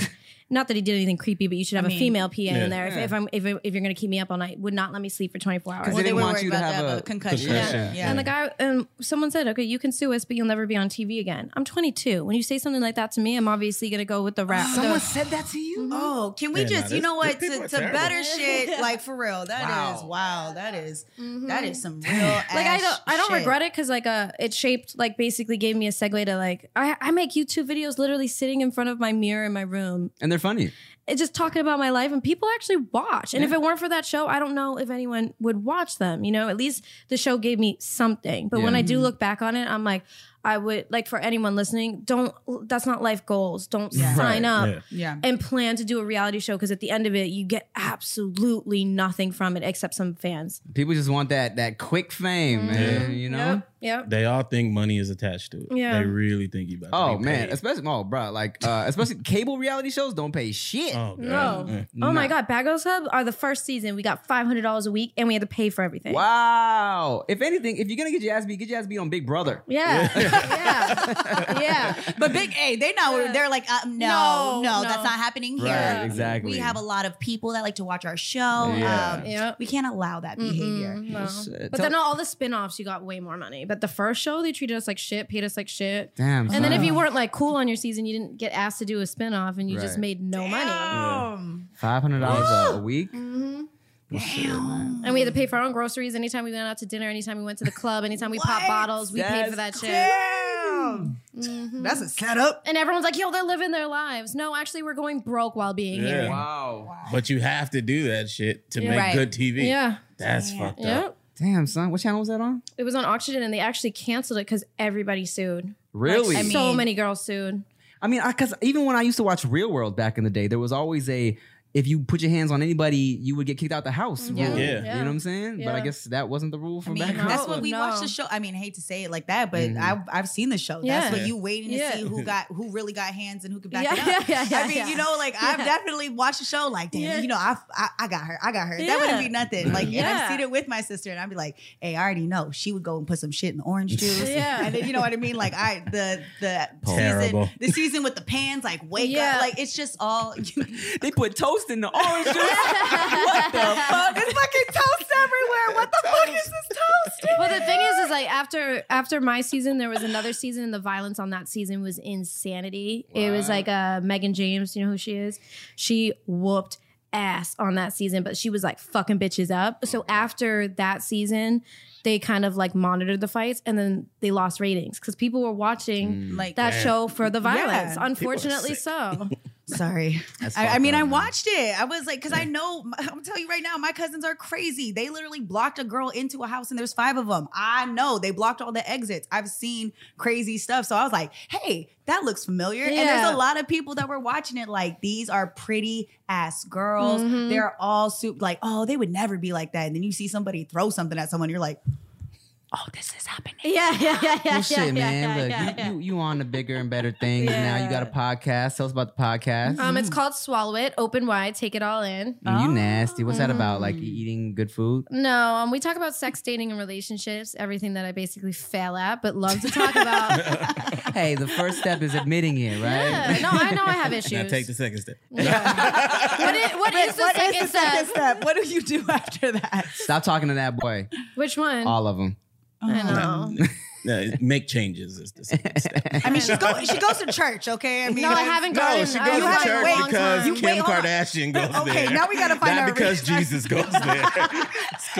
D: Not that he did anything creepy, but you should have
C: I mean,
D: a female PA
B: Yeah.
D: in there. If, if I'm if, if you're gonna keep me up all night, would not let me sleep for 24 hours.
A: Well, they didn't
C: were
A: want
C: worried
A: you to
C: about
A: have
C: that,
A: a
C: about concussion.
B: concussion.
C: Yeah.
D: And the guy, um, someone said, "Okay, you can sue us, but you'll never be on TV again." I'm 22. When you say something like that to me, I'm obviously gonna go with the rap.
A: Someone
D: the-
A: said that to you?
C: Oh, can we
B: Yeah, nah,
C: just, you
B: this-
C: know
B: these
C: what?
B: people
C: To,
B: are
C: to
B: terrible.
C: better shit, like for real. That
A: Wow.
C: is wow. That is- that is some real.
D: like I
C: ass
D: don't, I don't
C: shit.
D: regret it because like uh, it shaped like basically gave me a segue to like I, I make YouTube videos literally sitting in front of my mirror in my room,
A: And they're funny.
D: it's just talking about my life, and people actually watch. And if it weren't for that show, I don't know if anyone would watch them. You know, at least the show gave me something. But when
A: Yeah.
D: I do look back on it, I'm like, I would like for anyone listening, don't. That's not life goals. Don't
C: Yeah.
D: sign
A: Right,
D: up
B: yeah.
C: Yeah.
D: and plan to do a reality show because at the end of it, you get absolutely nothing from it except some fans.
A: People just want that that quick fame,
C: Mm-hmm.
A: man.
D: Mhm.
A: You know?
D: Yep. yep.
B: They all think money is attached to it.
D: Yeah.
B: They really think you about to
A: Oh
B: be
A: man,
B: paid.
A: especially oh bro, like uh, especially cable reality shows don't pay shit.
B: Oh, God.
D: No.
B: Yeah.
D: Oh my
A: Nah.
D: God, Bad Girls Club are the first season. We got five hundred dollars a week, and we had to pay for everything.
A: Wow. If anything, if you're gonna get your ass beat, get your ass beat on Big Brother.
D: Yeah, yeah, yeah.
C: But big A, they not.
D: Yeah.
C: They're like, uh, no, no,
D: No,
C: that's
D: no.
C: not happening here.
D: Yeah.
A: Right, exactly.
C: We have a lot of people that like to watch our show.
A: Yeah.
C: Um,
D: Yeah.
C: we can't allow that behavior.
D: Mm-mm, no.
A: Shit.
D: But
A: Tell-
D: then all the spin-offs, you got way more money. But the first show, they treated us like shit, paid us like shit.
A: Damn.
D: And then if
A: son.
D: you weren't like cool on your season, you didn't get asked to do a spin-off and you just
A: Right.
D: made no money.
C: Damn.
A: five hundred dollars a week.
C: Mm-hmm.
A: Well, shit, man.
D: And we
C: Mm.
D: had to pay for our own groceries anytime we went out to dinner, anytime we went to the club, anytime we popped
C: What?
D: bottles, we paid for that
A: That's
D: shit.
C: Damn. That's a setup.
D: And everyone's like, yo, they're living their lives. No, actually, we're going broke while being
B: Yeah.
D: here.
A: Wow.
B: But you have to do that shit to
D: Yeah.
B: make
C: Right.
B: good TV.
D: Yeah.
B: That's fucked
D: Yeah.
B: up.
A: Damn, son. What channel was that on?
D: It was on Oxygen and they actually canceled it because everybody sued.
A: Really?
D: Like,
C: I mean-
D: so many girls sued.
A: I mean, because even when I used to watch Real World back in the day, there was always a if you put your hands on anybody, you would get kicked out the house.
D: Yeah.
A: rule.
B: Yeah.
A: You know what I'm saying? But I
D: Mm-hmm. Yeah.
A: guess that wasn't the rule
C: I
A: from
C: mean,
A: back
D: No.
A: then.
C: that's what we
D: No.
C: watched the show. I mean, I hate to say it like that, but
A: Mhm.
C: I've I've seen the show.
D: Yeah.
C: That's what
B: Yeah.
C: you waiting to
D: Yeah.
C: see who got who really got hands and who could back
D: Yeah,
C: it up.
D: yeah, yeah, yeah,
C: I mean,
D: yeah.
C: you know, like I've
D: Yeah.
C: definitely watched the show. Like, damn,
D: Yeah.
C: you know, I've, I I got her, I got her. That wouldn't
D: Yeah.
C: be nothing. Like, and I've
D: Yeah.
C: seen it with my sister, and I'd be like, hey, I already know she would go and put some shit in the orange juice.
D: Yeah.
C: and then you know what I mean. Like, I the the
B: Terrible.
C: season the season with the pans, like wake
D: Yeah.
C: up, like it's just all.
A: They put toast in the orange juice. what the fuck?
C: There's fucking toast everywhere. What the fuck is this toast? dude?
D: Well, the thing is, is like after after my season, there was another season, and the violence on that season was insanity. It was like uh, Megan James, you know who she is? She whooped ass on that season, but she was like fucking bitches up.
A: Oh,
D: So after that season, they kind of like monitored the fights, and then they lost ratings because people were
A: Mm.
D: watching
C: Like
D: that
B: Man.
D: show for the violence.
C: People are
D: Unfortunately,
B: sick.
D: so
C: Sorry.
A: That's
C: I, I
A: fucked
C: mean,
A: up,
C: I
A: man.
C: watched it. I was like, because I know, I'm telling you right now, my cousins are crazy. They literally blocked a girl into a house and there's five of them. I know they blocked all the exits. I've seen crazy stuff. So I was like, hey, that looks familiar. And there's a
D: Yeah.
C: lot of people that were watching it like, these are pretty ass girls.
D: Mm-hmm.
C: They're all super, like, oh, they would never be like that. And then you see somebody throw something at someone, you're like, oh, this is happening.
D: yeah, yeah, yeah, yeah,
A: Well, shit, man.
D: yeah, yeah,
A: Look,
D: yeah,
A: you,
D: yeah.
A: You, you on to bigger and better things now. You got a podcast. Tell us about the podcast.
D: Um, it's called Swallow It, Open Wide, Take It All In.
A: you nasty. What's
D: Mm-hmm.
A: that about? Like you eating good food?
D: No, um, we talk about sex, dating, and relationships, everything that I basically fail at, but love to talk about. yeah.
A: hey, the first step is admitting it, right?
D: No, I know I have issues.
B: Now take the second step.
D: What is, what
C: But
D: is the second step?
C: step? What do you do after that?
A: Stop talking to that boy.
D: Which one?
A: All of them.
D: I know.
B: No, make changes is the second step.
C: I mean, she's go, she goes to church, okay? I mean,
D: No, I haven't gone.
B: No, she
D: I
B: goes
C: you
D: haven't
B: to
C: haven't-
B: church
D: gone in a
C: wait,
D: long
B: because
D: time.
C: you-
B: Kim
C: wait, hold on.
B: Kardashian goes
C: Okay,
B: there.
C: now we gotta find
B: Not
C: out
B: because
C: reason.
B: Jesus goes there.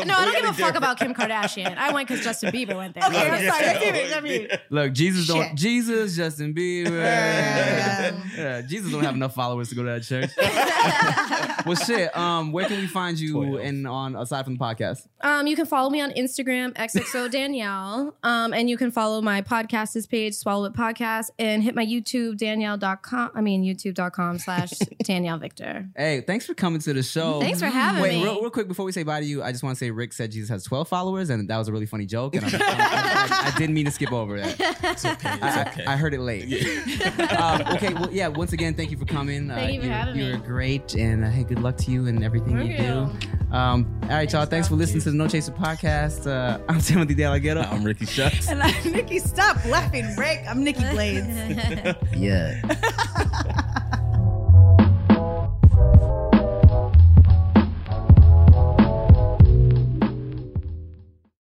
D: no, I don't give a fuck about Kim Kardashian. I went because Justin Bieber went there.
B: Oh,
C: Okay, I'm
D: Yeah.
C: sorry. That's it. I mean,
A: Look, Jesus
C: Shit.
A: don't. Jesus, Justin Bieber.
C: Yeah, yeah,
A: Yeah, Jesus don't have enough followers to go to that church. well, shit. Um, where can we find you
B: Twelve.
A: and on aside from the podcast?
D: Um, you can follow me on Instagram, XXO Danielle. Um, and you can follow my podcast's page, Swallow It Podcast, and hit my YouTube, Danielle.com. I mean, YouTube.com slash Danielle Victor.
A: Hey, thanks for coming to the show.
D: Thanks for having
A: Wait,
D: me.
A: real, real quick before we say bye to you, I just want to say Rick said Jesus has 12 followers, and that was a really funny joke. And I'm, i I didn't mean to skip over that.
B: It's okay.
A: I,
B: It's okay.
A: I heard it late. um, okay, well, yeah. Once again, thank you for coming. Uh,
D: Thank you for
A: you're,
D: having me.
A: You're great, and uh, hey, good luck to you and everything you
D: Thank you.
A: do. Um, all right, y'all. Thanks for listening to the No Chaser podcast. Uh, I'm Timothy Dalaguero.
B: I'm Ricky Shucks.
C: And I, Nikki, stop laughing, Rick. I'm Nikki Blades.
A: Yeah.